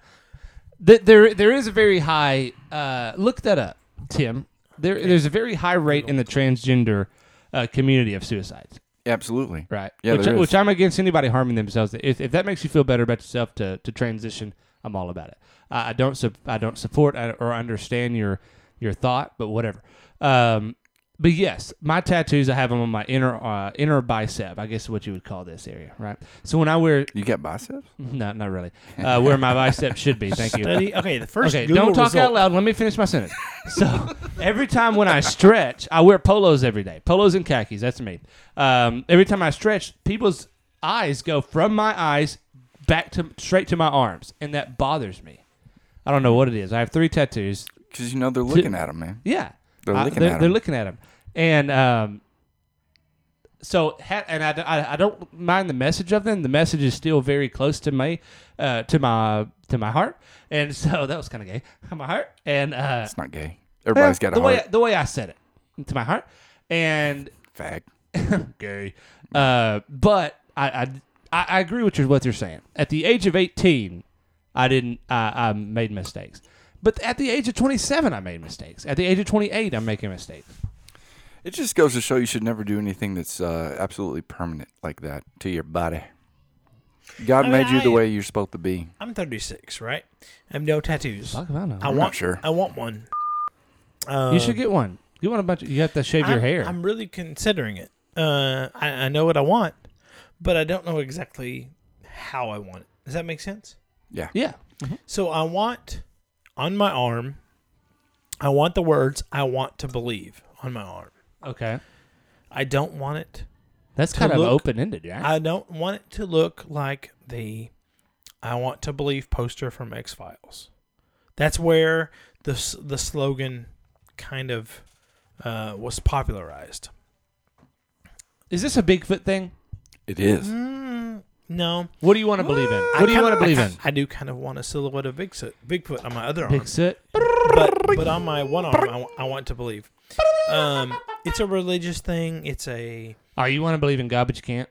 S3: Th- There, there is a very high. Uh, look that up, Tim. There, there's a very high rate in the transgender uh, community of suicides.
S1: Absolutely.
S3: Right.
S1: Yeah,
S3: which,
S1: there is.
S3: which I'm against anybody harming themselves. If, if that makes you feel better about yourself to, to transition, I'm all about it. I, I don't sup- I don't support I- or understand your your thought, but whatever. Um, but yes, my tattoos I have them on my inner uh, inner bicep. I guess is what you would call this area, right? So when I wear
S1: You got biceps?
S3: no, not really, uh, where my bicep should be. Thank you.
S2: Study- Okay, the first
S3: Okay,
S2: Google
S3: don't talk
S2: result-
S3: out loud. Let me finish my sentence. So every time when I stretch, I wear polos every day. Polos and khakis. That's me. Um, every time I stretch, people's eyes go from my eyes back to straight to my arms, and that bothers me. I don't know what it is. I have three tattoos.
S1: Because you know they're looking at them, man.
S3: Yeah,
S1: They're
S3: I-
S1: looking
S3: they're,
S1: at 'em.
S3: They're looking at 'em. and um, so ha- and I, d- I- I don't mind the message of them. The message is still very close to my uh, to my to my heart, and so that was kind of gay. My heart and uh,
S1: It's not gay. Everybody's
S3: eh,
S1: got
S3: the
S1: a heart.
S3: way the way I said it to my heart, and
S1: Fag.
S3: gay. Uh, but I, I I I agree with your, what you're saying. At the age of 18, I didn't I, I made mistakes. But at the age of 27, I made mistakes. At the age of 28, I'm making mistakes.
S1: It just goes to show you should never do anything that's uh, absolutely permanent like that to your body. God
S2: I mean,
S1: made you the
S2: I-
S1: way you're supposed to be.
S2: I'm 36, right? I have no tattoos.
S3: Fuck if I know.
S2: I
S1: not
S2: want
S1: sure.
S2: I want one. Um,
S3: you should get one. You want a bunch. Of, you have to shave
S2: I'm,
S3: your hair.
S2: I'm really considering it. Uh, I, I know what I want, but I don't know exactly how I want it. Does that make sense?
S1: Yeah.
S3: yeah.
S2: So I want on my arm. I want the words "I want to believe" on my arm.
S3: Okay.
S2: I don't want it.
S3: That's
S2: To
S3: kind of
S2: look-
S3: open ended, right?
S2: I don't want it to look like the "I want to believe" poster from X Files. That's where the s- the slogan kind of uh, was popularized.
S3: Is this a Bigfoot thing?
S1: It is.
S2: Mm, no,
S3: What do you want to believe in?
S2: I
S3: What do you
S2: kinda-
S3: want to believe
S2: I-
S3: in?
S2: I do kind of want a silhouette of Bigfoot, Bigfoot on my other arm,
S3: Bigfoot.
S2: but but on my one arm, I wa- I want to believe. Um, it's a religious thing. It's a
S3: Oh, you want to believe in God, but you can't.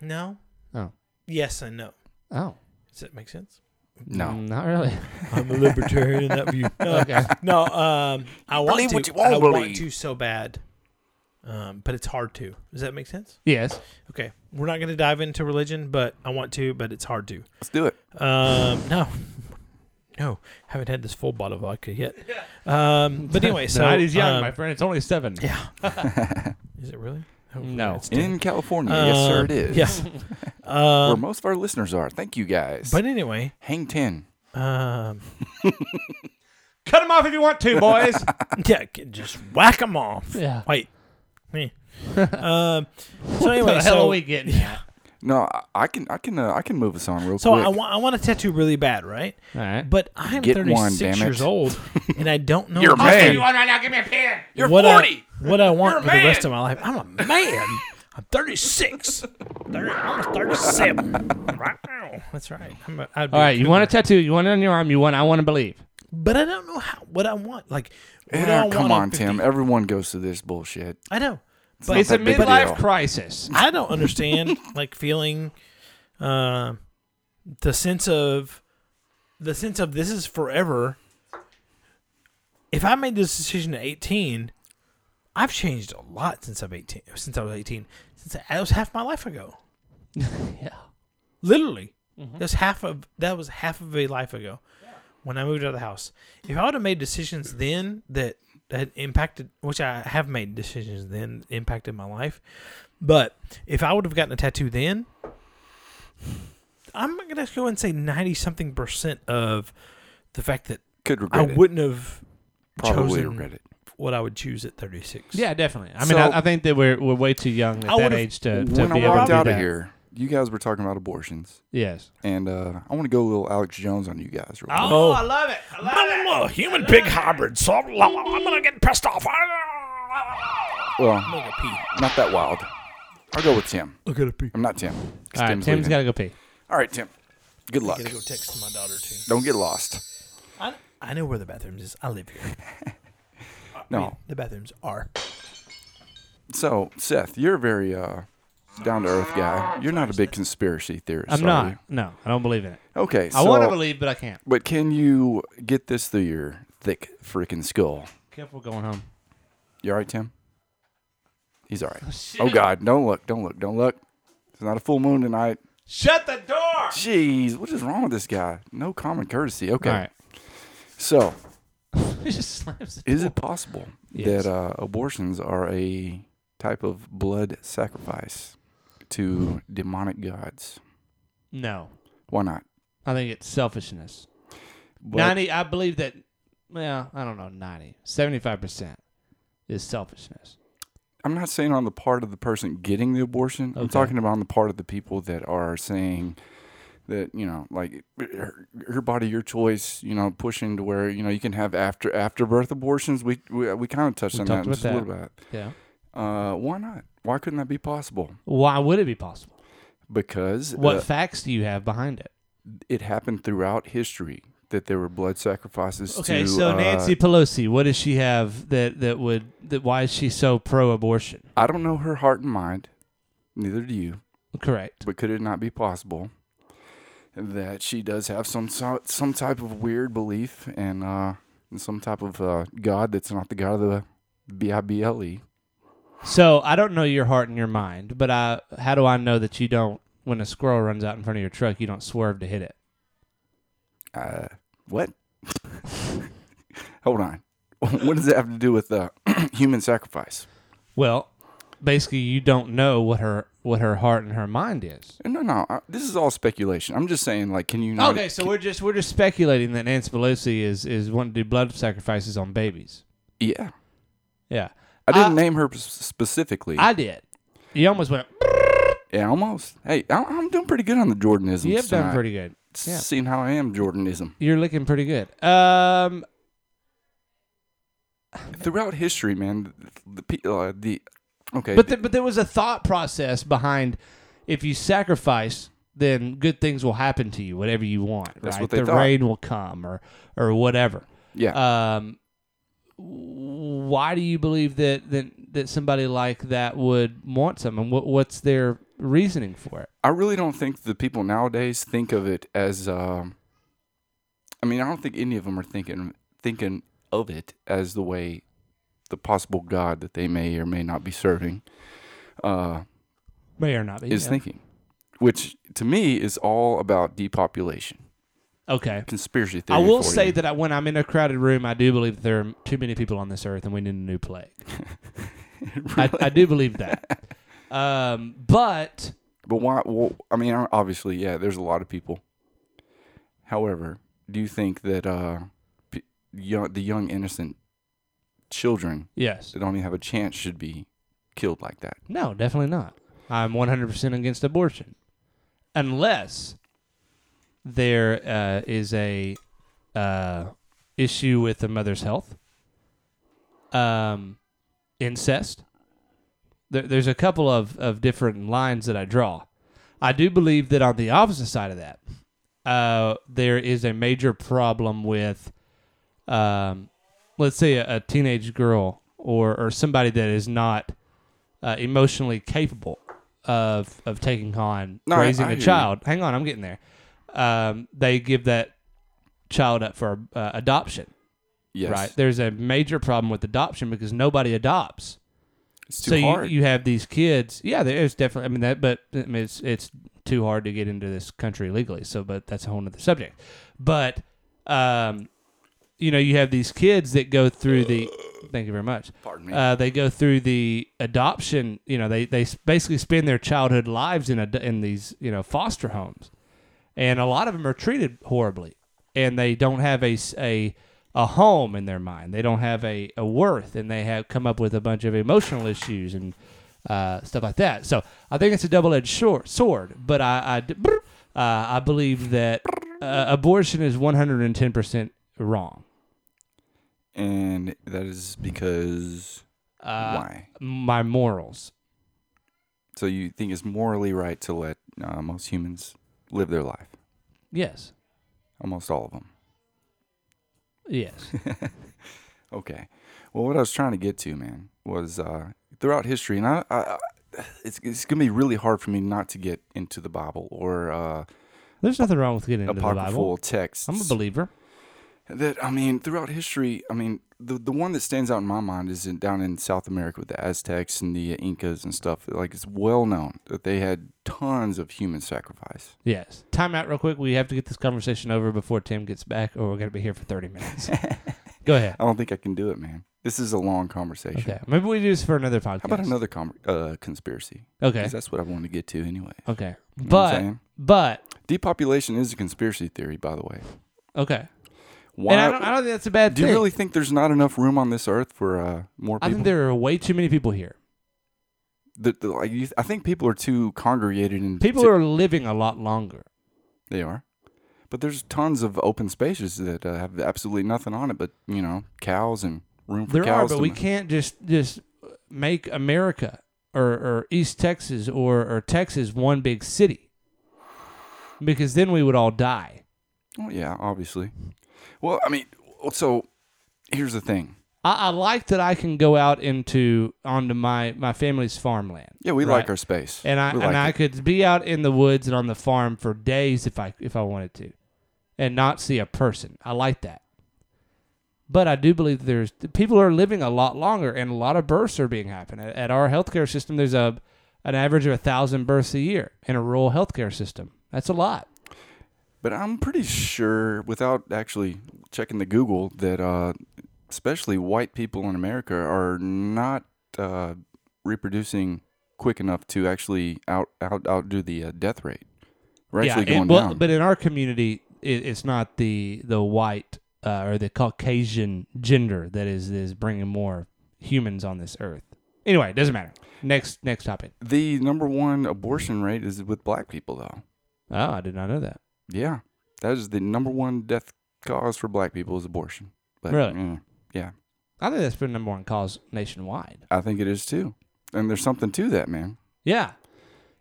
S2: no,
S3: Oh.
S2: yes and no.
S3: Oh. Mm,
S2: Does that make sense?
S1: No.
S3: Not really.
S2: I'm a libertarian in that view. No,
S3: Okay.
S2: no um, I want
S1: Believe
S2: to.
S1: what you want
S2: I
S1: to
S2: want
S1: believe.
S2: to so bad, um, but it's hard to. Does that make sense?
S3: yes.
S2: Okay, we're not going to dive into religion, but I want to, but it's hard to.
S1: Let's do it.
S2: Um, no, no, haven't had this full bottle of vodca yet. Um, but anyway, so
S3: Tonight is young,
S2: um,
S3: my friend. It's only seven.
S2: yeah, is it really? Hopefully
S3: No.
S2: it's ten.
S1: In California. yes, sir,
S2: Um,
S1: it is.
S2: Yes.
S1: Where
S2: um,
S1: most of our listeners are. Thank you guys.
S2: but anyway,
S1: Hang 10.
S2: um,
S3: Cut them off if you want to, boys.
S2: yeah, c- just whack them off.
S3: yeah.
S2: Wait, me. um, so
S3: What
S2: anyway,
S3: the hell
S2: so
S3: are we getting? Yeah.
S1: No, I- I can I can uh, I can move us on real
S2: so
S1: quick.
S2: I want I want a tattoo really bad, right?
S3: All right.
S2: But I'm
S1: Get one,
S2: 36
S1: damn it.
S2: years old, and I don't know
S1: You're a
S2: what-
S1: man. You
S3: want right now? Give me a pen.
S1: You're
S2: what
S1: 40.
S2: I, what I want for the
S3: man.
S2: rest of my life. I'm a man. I'm 36. 30, I'm 37 right now. That's right. I'm a, I'd be
S3: All right. You want a tattoo? You want it on your arm? You want? I want to believe.
S2: but I don't know how what I want. Like, what do I
S1: Yeah,
S2: want
S1: Eh, come on,
S2: 50?
S1: Tim. Everyone goes through this bullshit.
S2: I know,
S1: not
S2: but
S3: It's a
S1: that big deal.
S3: midlife crisis.
S2: I don't understand like feeling, uh, the sense of, the sense of this is forever. If I made this decision at 18, I've changed a lot since I'm 18. Since I was 18, since I, that was half my life ago.
S3: Yeah.
S2: Literally, that was half of that was half of a life ago when I moved out of the house. If I would have made decisions then that that impacted, which I have made decisions then that impacted my life, but if I would have gotten a tattoo then, I'm gonna go and say ninety something percent of the fact that
S1: Could
S2: I
S1: regret it.
S2: wouldn't have
S1: Probably
S2: chosen
S1: regret it.
S2: what I would choose at 36.
S3: Yeah, definitely. I mean,
S1: So-
S3: I, I think that we're we're way too young
S2: I
S3: at that
S2: would've-
S3: age to, to
S1: When
S3: be
S1: I
S3: able to
S1: walked
S3: do
S1: out of
S3: that.
S1: here, you guys were talking about abortions,
S3: Yes.
S1: and uh, I want to go a little Alex Jones on you guys. Real quick.
S2: Oh, I
S3: love it.
S2: human pig hybrid. So I'm, gonna get pissed off. Ah.
S1: Well, not that wild. I'll go with Tim.
S2: I gotta pee.
S1: I'm not Tim. 'cause
S3: All right, Tim's
S1: leaving.
S3: got to go pee.
S1: All right, Tim. Good luck.
S2: Gotta go text my daughter too.
S1: Don't get lost.
S2: I, I know where the bathrooms is. I live here.
S1: No.
S2: The bathrooms are.
S1: So, Seth, you're a very uh, down to earth guy. You're not a big conspiracy theorist.
S3: I'm
S1: are
S3: not.
S1: you?
S3: No, I don't believe in it.
S1: Okay.
S3: I want to
S1: so-
S3: believe, but I can't.
S1: But can you get this through your thick freaking skull?
S3: Careful going home.
S1: You all right, Tim? He's all right. Oh, God. Don't look. Don't look. Don't look. It's not a full moon tonight.
S3: Shut the door.
S1: Jeez, what is wrong with this guy? No common courtesy. Okay.
S3: All right.
S1: So,
S3: He just slams it.
S1: is it possible
S3: Yes.
S1: that uh, abortions are a type of blood sacrifice to demonic gods?
S3: No,
S1: Why not?
S3: I think it's selfishness.
S1: But-
S3: Ninety, I believe that. Well, I don't know. 90, 75 percent is selfishness.
S1: I'm not saying on the part of the person getting the abortion. I'm
S3: Okay.
S1: talking about on the part of the people that are saying that you know, like her, her body, your choice. You know, pushing to where you know you can have after after birth abortions. We we, we kind of touched
S3: We
S1: on
S3: talked
S1: that
S3: about
S1: just a little bit.
S3: Yeah.
S1: Uh, why not? Why couldn't that be possible?
S3: Why would it be possible?
S1: Because
S3: What
S1: uh,
S3: facts do you have behind it?
S1: it happened throughout history that there were blood sacrifices.
S3: Okay,
S1: to,
S3: so
S1: uh,
S3: Nancy Pelosi, what does she have that that would that why is she so pro-abortion?
S1: I don't know her heart and mind. Neither do you.
S3: Correct.
S1: but could it not be possible that she does have some so- some type of weird belief and uh, and some type of uh, god that's not the god of the B I B L E?
S3: So I don't know your heart and your mind, but I how do I know that you don't when a squirrel runs out in front of your truck, you don't swerve to hit it?
S1: Uh, what? Hold on. what does that have to do with uh, human sacrifice?
S3: Well, basically you don't know what her what her heart and her mind is.
S1: No, no. I, this is all speculation. I'm just saying, like, can you not?
S3: Okay, so we're just we're just speculating that Nancy Pelosi is is wanting to do blood sacrifices on babies.
S1: yeah.
S3: Yeah.
S1: I didn't
S3: I-
S1: name her s- specifically.
S3: I did. You almost went
S1: yeah, almost. Hey, I, I'm doing pretty good on the Jordanisms.
S3: You have done
S1: tonight.
S3: pretty good. yeah.
S1: Seeing how I am Jordanism.
S3: You're looking pretty good. Um
S1: throughout history, man, the pe- uh, the okay,
S3: But th- but there was a thought process behind if you sacrifice, then good things will happen to you, whatever you want.
S1: That's
S3: right?
S1: what they
S3: the
S1: thought.
S3: rain will come, or or whatever.
S1: yeah,
S3: Um, why do you believe that that that somebody like that would want something? What what's their reasoning for it?
S1: I really don't think the people nowadays think of it as. Um, I mean, I don't think any of them are thinking thinking of it as the way the possible God that they may or may not be serving uh,
S3: May or not be.
S1: is
S3: yeah.
S1: thinking, which to me is all about depopulation,
S3: okay.
S1: conspiracy theory.
S3: I will
S1: for
S3: say
S1: you.
S3: that I, when I'm in a crowded room, I do believe there are too many people on this earth, and we need a new plague. I, I do believe that. Um, but
S1: But why? Well, I mean, obviously, yeah. There's a lot of people. However, do you think that uh, p- young, the young innocent children
S3: yes,
S1: that don't even have a chance should be killed like that?
S3: No, definitely not. I'm 100% against abortion. Unless there uh, is a uh, issue with the mother's health, um, incest. There, there's a couple of, of different lines that I draw. I do believe that on the opposite side of that, uh, there is a major problem with um, let's say a, a teenage girl or or somebody that is not uh, emotionally capable of of taking on
S1: No, I-
S3: raising
S1: I
S3: a
S1: hear you.
S3: child. Hang on, I'm getting there. Um, they give that child up for uh, adoption.
S1: Yes.
S3: Right. There's a major problem with adoption because nobody adopts.
S1: It's too
S3: so you,
S1: hard.
S3: you have these kids. Yeah, there's definitely. I mean that, but I mean, it's it's too hard to get into this country legally. So, but that's a whole nother subject. But, um, you know, you have these kids that go through the. Thank you very much.
S1: Pardon me.
S3: Uh, they go through the adoption. You know, they they s- basically spend their childhood lives in a, in these you know foster homes, and a lot of them are treated horribly, and they don't have a s- a a home in their mind. They don't have a, a worth, and they have come up with a bunch of emotional issues and uh, stuff like that. So I think it's a double edged sword. But I I d- brr, uh, I believe that uh, abortion is one hundred and ten percent wrong.
S1: and that is because
S3: Uh,
S1: why?
S3: My morals.
S1: So you think it's morally right to let uh, most humans live their life?
S3: Yes.
S1: Almost all of them.
S3: Yes.
S1: Okay. Well, what I was trying to get to, man, was uh, throughout history, and I, I, I- it's, it's gonna be really hard for me not to get into the Bible or uh,
S3: There's nothing wrong with getting into the
S1: apocryphal
S3: Bible.
S1: texts.
S3: I'm a believer.
S1: that I mean, throughout history, I mean, the the one that stands out in my mind is in, down in South America with the Aztecs and the Incas and stuff. Like it's well known that they had tons of human sacrifice.
S3: Yes. Time out real quick. We have to get this conversation over before Tim gets back, or we're going to be here for 30 minutes. Go ahead.
S1: I don't think I can do it, man. This is a long conversation.
S3: Okay. Maybe we do this for another podcast.
S1: How about another com- uh, conspiracy?
S3: Okay.
S1: Because that's what I want to get to, anyway.
S3: Okay.
S1: You know what I'm
S3: But,
S1: saying?
S3: but,
S1: depopulation is a conspiracy theory, by the way.
S3: okay.
S1: Why?
S3: and I don't, I don't think that's a bad
S1: do you
S3: thing.
S1: really think there's not enough room on this earth for uh, more people?
S3: I think there are way too many people here.
S1: The- the- like, you, I think people are too congregated in.
S3: People
S1: partic-
S3: are living a lot longer.
S1: They are. But there's tons of open spaces that uh, have absolutely nothing on it, but you know, cows and room for
S3: There are,
S1: cows.
S3: but
S1: to
S3: we
S1: ma-
S3: can't just just make America or, or East Texas or, or Texas one big city because then we would all die.
S1: Well, yeah, obviously. Well, I mean, so here's the thing.
S3: I, I like that I can go out into onto my my family's farmland.
S1: Yeah, we
S3: right?
S1: like our space,
S3: and I
S1: We
S3: and
S1: like
S3: I
S1: it.
S3: could be out in the woods and on the farm for days if I if I wanted to, and not see a person. I like that. But I do believe that there's people are living a lot longer, and a lot of births are being happening at, at our healthcare system. There's a an average of a thousand births a year in a rural healthcare system. That's a lot.
S1: But I'm pretty sure, without actually checking the Google, that uh, especially white people in America are not uh, reproducing quick enough to actually out out outdo the uh, death rate. We're actually going
S3: and- well,
S1: down.
S3: but in our community, it, it's not the the white uh, or the Caucasian gender that is is bringing more humans on this earth. Anyway, it doesn't matter. Next next topic.
S1: the number one abortion rate is with black people, though.
S3: Oh, I did not know that.
S1: Yeah, that is the number one death cause for black people is abortion. But,
S3: Really?
S1: mm, yeah,
S3: I think that's been number one cause nationwide.
S1: I think it is too. And there's something to that, man.
S3: Yeah,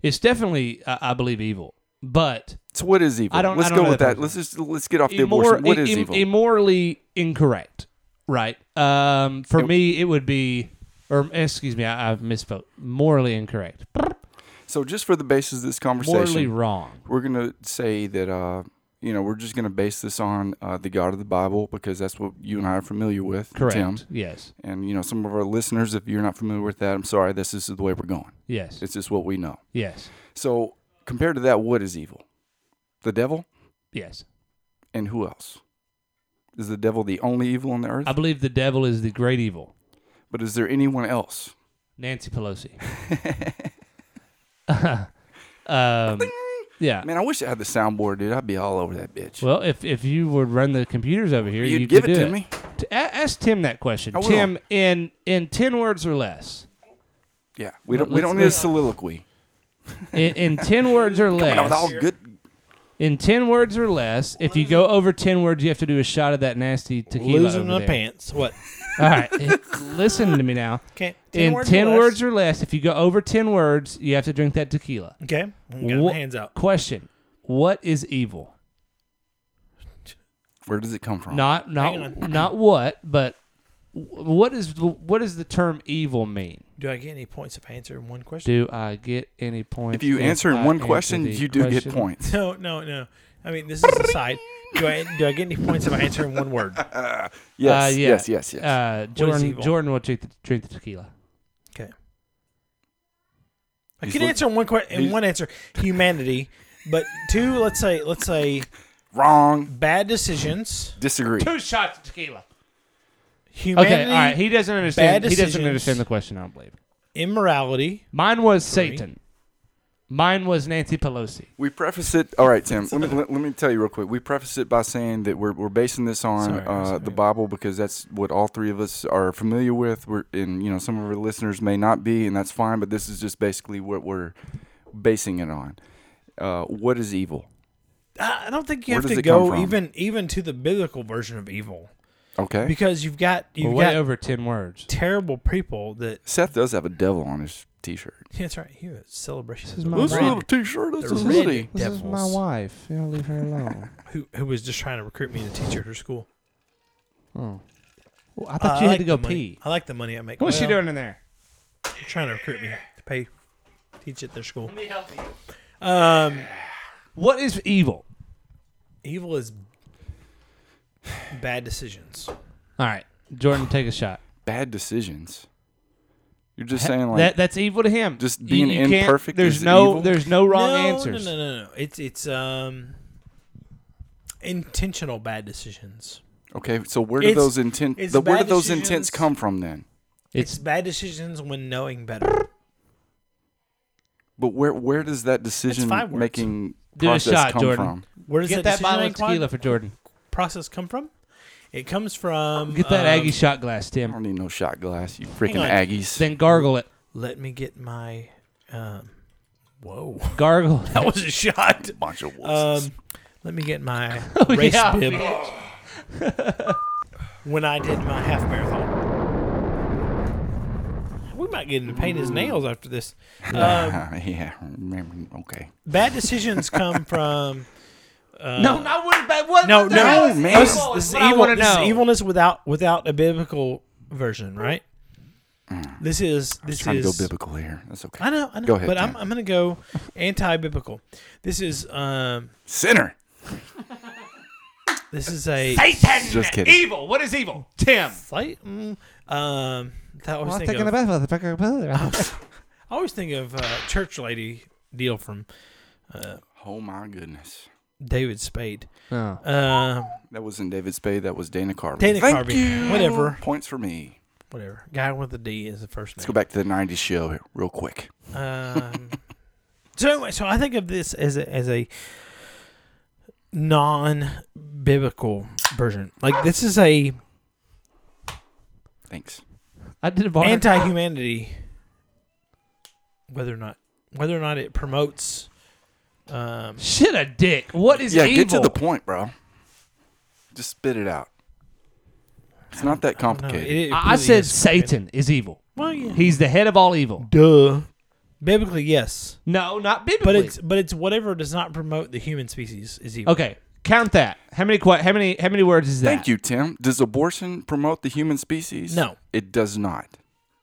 S3: it's definitely I, I believe evil, but
S1: So what is evil?
S3: I don't-
S1: Let's
S3: I don't
S1: go
S3: know
S1: with
S3: that
S1: that.
S3: person.
S1: Let's just let's get off the
S3: immor-
S1: abortion. What is
S3: im-
S1: evil?
S3: immorally incorrect, right? Um, for
S1: Yep.
S3: me, it would be, or excuse me, I, I misspoke. Morally incorrect,
S1: So just for the basis of this conversation,
S3: morally wrong.
S1: we're gonna say that uh, you know we're just gonna base this on uh, the God of the Bible because that's what you and I are familiar with,
S3: Correct.
S1: Tim.
S3: Yes.
S1: And you know some of our listeners, if you're not familiar with that, I'm sorry. This, this is the way we're going.
S3: Yes.
S1: It's just what we know.
S3: yes.
S1: So compared to that, what is evil? The devil
S3: Yes.
S1: and who else? Is the devil the only evil on the earth?
S3: I believe the devil is the great evil.
S1: but is there anyone else?
S3: Nancy Pelosi. um, yeah.
S1: Man, I wish I had the soundboard, dude. I'd be all over that bitch.
S3: Well, if, if you would run the computers over here,
S1: You'd
S3: you
S1: give
S3: could
S1: it
S3: do
S1: to me.
S3: T- a- ask Tim that question.
S1: I will.
S3: Tim, in in ten words or less.
S1: Yeah, we don't. We
S3: let's-
S1: don't need a
S3: let's-
S1: soliloquy.
S3: In, in ten words or
S1: But with all
S3: less.
S1: good
S3: In ten words or less. If you go over ten words, you have to do a shot of that nasty tequila.
S2: Losing
S3: over
S2: my
S3: there.
S2: pants. What?
S3: All right, listen to me now.
S2: Okay.
S3: in
S2: words or
S3: ten
S2: less.
S3: words or less, if you go over ten words, you have to drink that tequila.
S2: Okay. I Got my
S3: Wha-
S2: hands out.
S3: Question: What is evil?
S1: Where does it come from?
S3: Not not not what, but wh- what is the- what does the term evil mean?
S2: Do I get any points if I answer one question?
S3: Do I get any points?
S1: If you answer in
S3: I
S1: one question,
S3: the
S1: you do
S3: question? Uh,
S1: get points.
S2: No, no, no. I mean, this is a side. Do I do I get any points if I answer in one word?
S1: Yes,
S3: Uh, yeah.
S1: yes, yes, yes.
S3: Uh,
S2: is
S3: Jordan,
S2: evil?
S3: Jordan will drink the, drink the tequila.
S2: Okay. I
S1: He's
S2: can
S1: look-
S2: answer one question in
S1: he's-
S2: one answer humanity, but two, let's say, let's say
S1: Wrong.
S2: bad decisions.
S1: Disagree.
S3: Two shots of tequila.
S2: Humanity,
S3: Okay, all right. He doesn't understand.
S2: bad
S3: He doesn't
S2: decisions.
S3: understand the question. I don't believe.
S2: immorality.
S3: Mine was Satan. Mine was Nancy Pelosi.
S1: We preface it. All right, Tim. Let me, let, let me tell you real quick. We preface it by saying that we're, we're basing this on
S2: Sorry, I'm
S1: uh,
S2: sorry.
S1: the Bible because that's what all three of us are familiar with. We're and you know some of our listeners may not be, and that's fine. But this is just basically what we're basing it on. Uh, what is evil?
S2: I I don't think you
S1: Where
S2: have
S1: does
S2: to
S1: it come
S2: go
S1: from?
S2: even even to the biblical version of evil
S1: Okay.
S2: because you've got
S3: We're
S2: you've
S3: way
S2: got
S3: over ten words.
S2: terrible people that
S1: Seth does have a devil on his T-shirt.
S2: that's right here it's celebration.
S3: This is
S2: of
S3: my
S2: the
S1: This
S3: Red-
S1: is
S2: Red-
S1: not a T-shirt. This
S2: the
S1: is a
S2: red
S1: hoodie.
S2: devils
S3: wife. You know, leave her alone.
S2: who who was just trying to recruit me to teach at her school.
S3: Well, I
S2: Uh,
S3: thought you had
S2: I like
S3: to go
S2: the money.
S3: pee.
S2: I like the money I make.
S3: What's she
S2: Well,
S3: doing in there?
S2: they're Trying to recruit me to pay teach at their school. Let me help you. Um,
S3: What is evil?
S2: evil is bad decisions.
S3: All right, Jordan, take a shot.
S1: Bad decisions. You're just saying like
S3: that that's evil to him.
S1: Just
S3: You-
S1: being
S3: you can't-
S1: imperfect
S3: There's
S1: is
S3: no
S1: evil?
S3: there's no wrong
S2: no,
S3: answers.
S2: No, no, no, no. It's it's um intentional bad decisions.
S1: okay. So where do
S2: It's-
S1: those intent?
S2: it's
S1: The, where do
S2: bad
S1: those intents
S2: decisions.
S1: come from then?
S2: It's bad decisions when knowing better.
S1: But where where does that decision
S2: five words.
S1: making
S3: Do a
S1: process
S3: shot,
S1: come
S3: Jordan.
S1: from?
S2: Where does
S3: Get
S2: that
S3: that bottle
S2: decision
S3: of tequila for Jordan.
S2: process come from? It comes from
S3: Get that
S2: um,
S3: Aggie shot glass,
S1: I
S3: Tim.
S1: don't need no shot glass, you freaking
S2: on.
S1: Aggies.
S3: Then gargle it.
S2: Let me get my. Um, whoa,
S3: Gargle.
S2: that was a shot.
S1: Bunch of wussies.
S2: Um, let me get my race
S3: Oh, yeah,
S2: bib. when I did my half marathon, we might get him to paint his nails after this. Um,
S1: yeah, remember- okay.
S2: bad decisions come from. Uh,
S3: no, I wouldn't. That wasn't
S2: no,
S3: what the hell
S2: no,
S3: is
S1: man.
S3: evil
S2: This,
S3: is
S2: this is
S3: what I
S2: evil.
S3: wanna
S2: This is
S3: know.
S2: evilness without without a biblical version, right? This is
S1: Mm. I was
S2: this
S1: trying
S2: is.
S1: to go biblical here. That's okay.
S2: I know, I know,
S1: Go ahead,
S2: but I'm
S1: Dan.
S2: I'm gonna go anti-biblical. This is um
S1: Sinner.
S2: this is a
S3: Satan.
S1: Just kidding.
S3: Evil. What is evil, Tim?
S2: slight mm, um that I always think of,
S3: about
S2: I always think of uh, church lady deal from uh,
S1: Oh my goodness.
S2: David Spade.
S3: Oh.
S2: Um
S1: That wasn't David Spade. That was Dana Carvey.
S2: Dana
S1: Thank
S2: Carvey.
S1: you.
S2: Whatever.
S1: Points for me.
S2: whatever. Guy with a D is the first name.
S1: Let's go back to the '90s show here, real quick.
S2: Um, so anyway, so I think of this as a, as a non-biblical version. Like this is a
S1: Thanks.
S3: I did a bar.
S2: anti-humanity. Whether or not whether or not it promotes, um,
S3: Shit, a dick. What is
S1: yeah,
S3: evil?
S1: get to the point, bro. Just spit it out. It's not that
S2: I don't know,
S1: complicated.
S2: it- it
S3: I I
S2: really
S3: said
S2: is-
S3: Satan is evil.
S2: Well, yeah.
S3: He's the head of all evil.
S2: duh. Biblically, yes,
S3: No, not biblically.
S2: but it's but it's whatever does not promote the human species is evil.
S3: okay. Count that. How many? Qu- how many? How many words is that?
S1: Thank you, Tim. Does abortion promote the human species?
S2: No.
S1: It does not.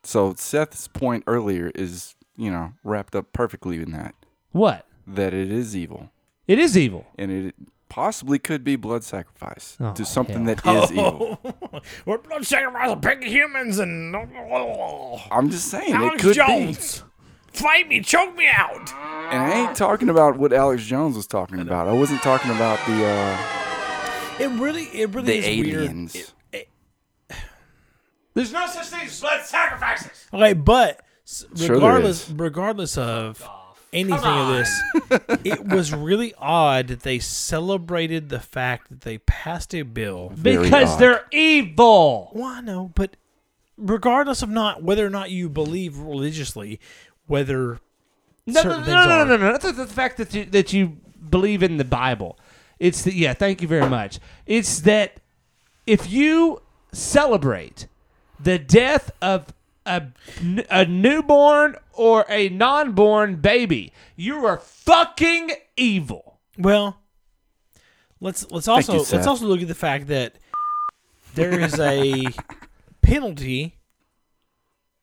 S1: So Seth's point earlier is, you know, wrapped up perfectly in that
S3: What?
S1: that it is evil
S3: It is evil.
S1: and it possibly could be blood sacrifice
S3: Oh,
S1: to something
S3: hell.
S1: that is evil.
S2: We're blood sacrificing pig humans and
S1: I'm just saying it could
S2: Fight me, choke me out.
S1: be. And I ain't talking about what Alex Jones was talking about. I wasn't talking about the uh,
S2: It really, it really
S1: the
S2: is
S1: aliens.
S3: There's no such thing as blood sacrifices.
S2: weird. Okay, but s-
S1: Sure there
S2: regardless,
S1: is.
S2: regardless of anything of this, it was really odd that they celebrated the fact that they passed a bill.
S1: Very
S3: Because
S1: odd.
S3: they're evil.
S2: Well, I know, but regardless of not whether or not you believe religiously, whether
S3: No, no,
S2: certain
S3: no,
S2: things
S3: no,
S2: are.
S3: no, no, no. That's the fact that you that you believe in the Bible. It's the yeah. Thank you very much. It's that if you celebrate the death of a, n- a newborn or a non-born baby, you are fucking evil.
S2: Well, let's let's also
S1: you,
S2: let's
S1: Seth.
S2: also look at the fact that there is a penalty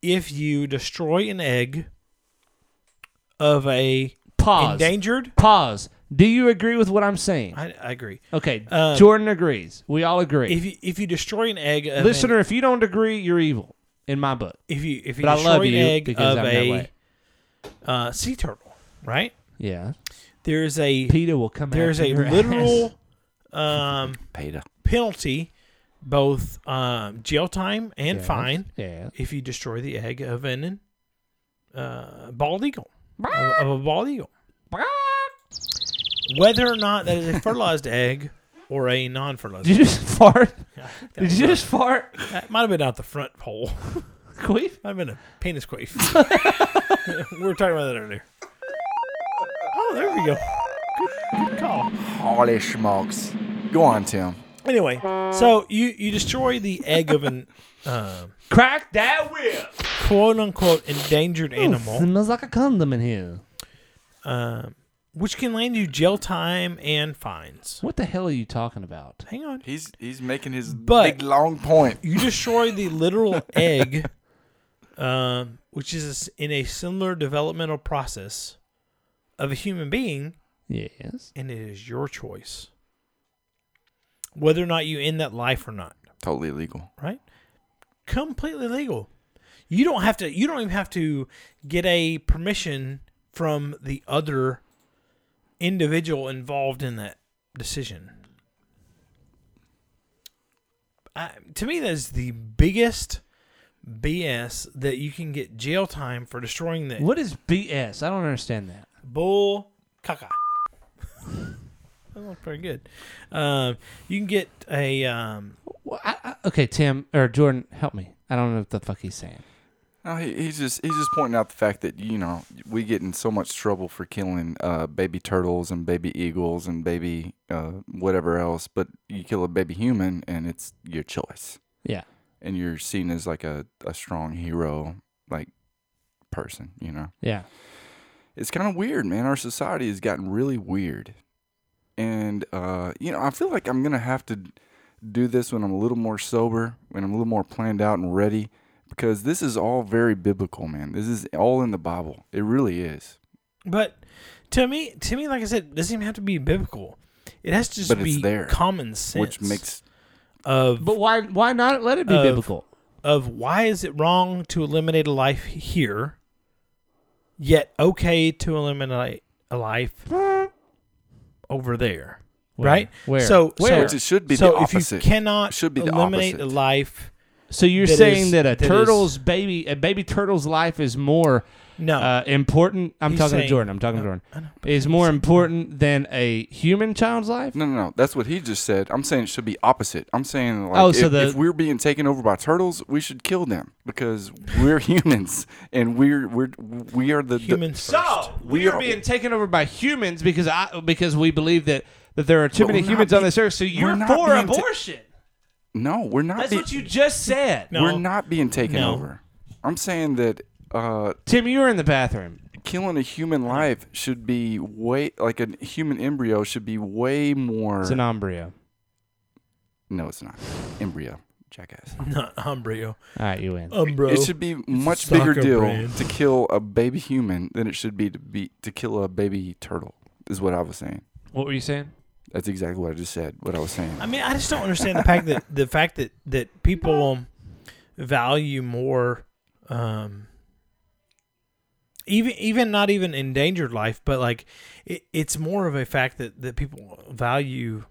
S2: if you destroy an egg of a
S3: Pause.
S2: endangered.
S3: Pause. Do you agree with what I'm saying?
S2: I, I agree.
S3: Okay,
S2: Um,
S3: Jordan agrees. We all agree.
S2: If you if you destroy an egg, of an-
S3: Listener, if you don't agree, you're evil in my book.
S2: if you if you
S3: But I
S2: destroy
S3: love
S2: an
S3: you
S2: egg
S3: because
S2: of
S3: I'm that
S2: a
S3: way.
S2: uh, sea turtle, right?
S3: Yeah.
S2: There is a
S3: PETA will come
S2: there's
S3: after
S2: a
S3: your ass.
S2: literal um,
S1: Peta.
S2: penalty, both um, jail time and
S3: Yes,
S2: fine,
S3: Yeah.
S2: if you destroy the egg of an uh, bald eagle of, of a bald eagle. Whether or not that is a fertilized egg or a non-fertilized,
S3: Did you just fart?
S2: egg.
S3: Did you just fart?
S2: that might have been out the front pole.
S3: Queef?
S2: Might have been a penis queef. we were talking about that earlier. Oh, there we go. Good, good call.
S1: Holy smokes. Go on, Tim.
S2: Anyway, so you you destroy the egg of an um
S3: Crack that whip.
S2: quote unquote endangered animal,
S3: smells like a condom in here.
S2: um, which can land you jail time and fines.
S3: What the hell are you talking about?
S2: Hang on.
S1: He's he's making his
S2: But-
S1: big long point.
S2: You destroy the literal egg, um, which is in a similar developmental process of a human being.
S3: Yes.
S2: and it is your choice whether or not you end that life or not
S1: Totally illegal.
S2: right completely legal you don't have to you don't even have to get a permission from the other individual involved in that decision I, to me that's the biggest bs that you can get jail time for destroying the
S3: What is BS? I don't understand that.
S2: Bull caca. that looked pretty good. Um, you can get a um,
S3: Well, I, I, okay, Tim or Jordan, help me. I don't know what the fuck he's saying.
S1: No, he, he's just he's just pointing out the fact that you know we get in so much trouble for killing uh, baby turtles and baby eagles and baby uh, whatever else, but you kill a baby human and it's your choice,
S3: Yeah.
S1: and you're seen as like a, a strong hero like person. You know,
S3: Yeah.
S1: it's kind of weird, man. Our society has gotten really weird, and uh, you know I feel like I'm gonna have to do this when I'm a little more sober, when I'm a little more planned out and ready, because this is all very biblical, man. This is all in the Bible. It really is.
S2: but to me to me like I said, it doesn't even have to be biblical. It has to just
S1: But it's
S2: be
S1: there,
S2: common sense
S1: Which makes
S2: of
S3: But why why not let it be
S2: Of-
S3: biblical?
S2: of why is it wrong to eliminate a life here yet okay to eliminate a life over there.
S3: Where?
S2: Right?
S3: Where?
S2: So,
S1: Where?
S2: so
S1: Which it should be
S2: so
S1: the
S2: if
S1: opposite.
S2: you cannot
S1: Should be the
S2: eliminate
S1: opposite.
S2: a life
S3: So you're
S2: that
S3: saying
S2: is-
S3: that a
S2: that is-
S3: turtle's baby a baby turtle's life is more
S2: no
S3: uh, important. I'm
S2: He's
S3: talking to
S2: saying-
S3: Jordan. I'm talking to Jordan.
S2: I know.
S3: Is more important than a human child's life?
S1: no, no, no. That's what he just said. I'm saying it should be opposite. I'm saying like
S3: Oh, so
S1: if,
S3: the-
S1: if we're being taken over by turtles, we should kill them because we're humans and we're we're we are the the-
S2: humans first.
S3: So we
S1: We
S3: are
S1: are-
S3: being taken over by humans because I because we believe that that there are too
S1: But
S3: many
S1: we're not
S3: humans on
S1: be-
S3: this earth. So
S1: we're
S3: you're
S1: not
S3: for
S1: being ta-
S3: abortion.
S1: no, we're not.
S3: That's
S1: be-
S3: what you just said.
S2: No.
S1: We're not being taken
S2: No.
S1: over. I'm saying that uh,
S3: Tim, you were in the bathroom.
S1: killing a human life should be way like a human embryo should be way more.
S3: It's an embryo.
S1: no, it's not embryo, jackass.
S2: Not Umbrio.
S3: All right, you win.
S2: Umbro.
S1: It should be much bigger
S2: soccer
S1: deal
S2: brand.
S1: to kill a baby human than it should be to be to kill a baby turtle. Is what I was saying.
S3: What were you saying?
S1: That's exactly what I just said. What I was saying.
S2: I mean, I just don't understand the fact that the fact that that people um, value more, um, even even not even endangered life, but like it, it's more of a fact that that people value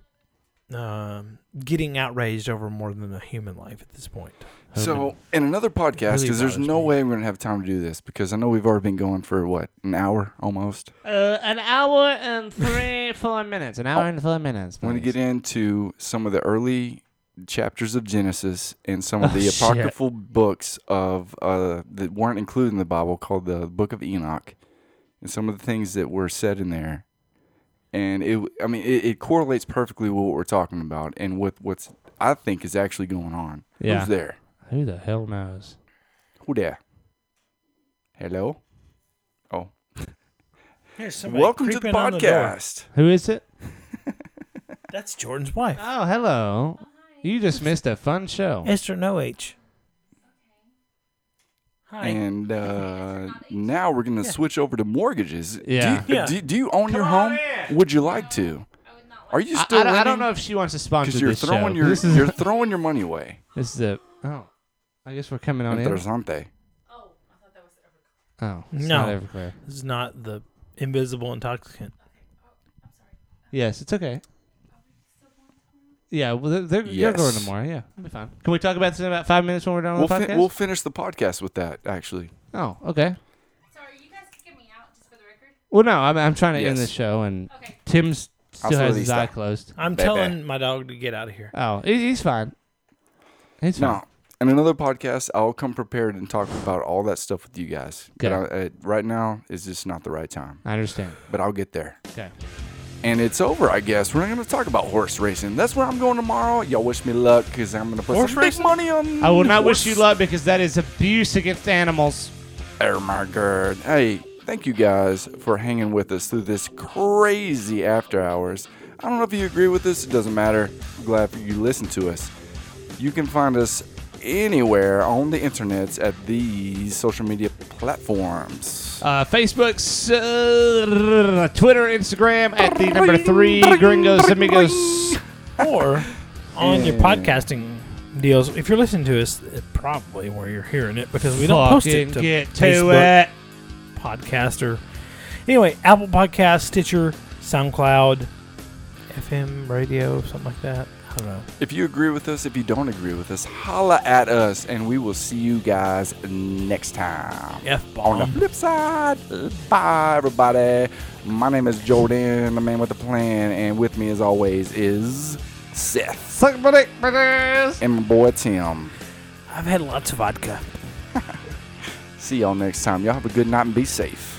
S2: um, getting outraged over more than a human life at this point.
S1: So, in another podcast,
S3: Really
S1: because there's
S3: bothers
S1: no
S3: me.
S1: way I'm going to have time to do this because I know we've already been going for what an hour almost.
S3: Uh, an hour and three, four minutes. An hour and four minutes.
S1: I'm going to get into some of the early chapters of Genesis and some of
S3: Oh,
S1: the
S3: shit.
S1: apocryphal books of uh, that weren't included in the Bible, called the Book of Enoch, and some of the things that were said in there. And it, I mean, it, it correlates perfectly with what we're talking about and with what's I think is actually going on.
S3: Yeah.
S1: Who's there?
S3: Who the hell knows?
S1: Who there? Hello. Oh,
S2: Here's
S1: welcome to the podcast.
S3: Who is it?
S2: That's Jordan's wife.
S3: Oh, hello. You just missed a fun show.
S2: Esther No H. Hi.
S1: And uh, now we're going to switch over to mortgages.
S3: Yeah.
S1: Do you,
S2: Yeah.
S1: Do, do you own your home?
S3: on
S1: Would you like to? Are you
S3: I,
S1: still?
S3: I don't- I
S1: renting?
S3: don't know if she wants to sponsor
S1: because you're
S3: this
S1: throwing
S3: show.
S1: your
S3: this is
S1: you're throwing your money away.
S3: this is a oh. I guess we're coming on in.
S1: Interesante.
S3: Oh, it's
S2: No.
S3: not Everclear.
S2: This is not the invisible intoxicant.
S3: Yes, it's okay. Yeah, well, they're, they're,
S1: Yes.
S3: they're going tomorrow. Yeah, it'll be fine. Can we talk about this in about five minutes when we're done
S1: We'll,
S3: with the
S1: fi-
S3: podcast?
S1: we'll finish the podcast with that, actually.
S3: oh, okay.
S6: Sorry, you guys kicking me out just for the record?
S3: Well, no, I'm, I'm trying to end
S1: Yes.
S3: the show, and
S6: Okay.
S3: Tim's still
S1: Hasta la
S3: has his
S1: vista.
S3: eye closed.
S2: I'm
S1: Bad,
S2: telling
S1: bad.
S2: my dog to get out of here.
S3: Oh, he- he's fine. He's fine.
S1: No. In another podcast, I'll come prepared and talk about all that stuff with you guys. But I,
S3: Okay.
S1: uh right now, it's just not the right time.
S3: I understand.
S1: But I'll get there.
S3: Okay.
S1: And it's over, I guess. We're not going to talk about horse racing. That's where I'm going tomorrow. Y'all wish me luck because I'm going to put
S3: Horse
S1: some
S3: racing?
S1: big money on.
S3: I will not wish you
S1: horse-
S3: luck because that is abuse against animals.
S1: Oh my god. Hey, thank you guys for hanging with us through this crazy after hours. I don't know if you agree with us, it doesn't matter. I'm glad you listened to us. You can find us anywhere on the internet at these social media platforms.
S3: Uh, Facebook, uh, Twitter, Instagram at the number three Gringos Amigos.
S2: Or on your podcasting deals, if you're listening to us, it probably where you're hearing it because we don't post it
S3: Fucking
S2: to
S3: get to
S2: Facebook,
S3: it.
S2: Podcaster. Anyway, Apple Podcast, Stitcher, SoundCloud, FM radio, something like that. I don't know.
S1: If you agree with us, if you don't agree with us, holla at us and we will see you guys next time.
S2: F
S1: On the
S2: bomb.
S1: flip side, bye everybody. My name is Jordan, the man with the plan, and with me as always is Seth
S3: Suck my dick, bitches.
S1: and my boy Tim.
S2: I've had lots of vodka.
S1: See y'all next time. Y'all have a good night and be safe.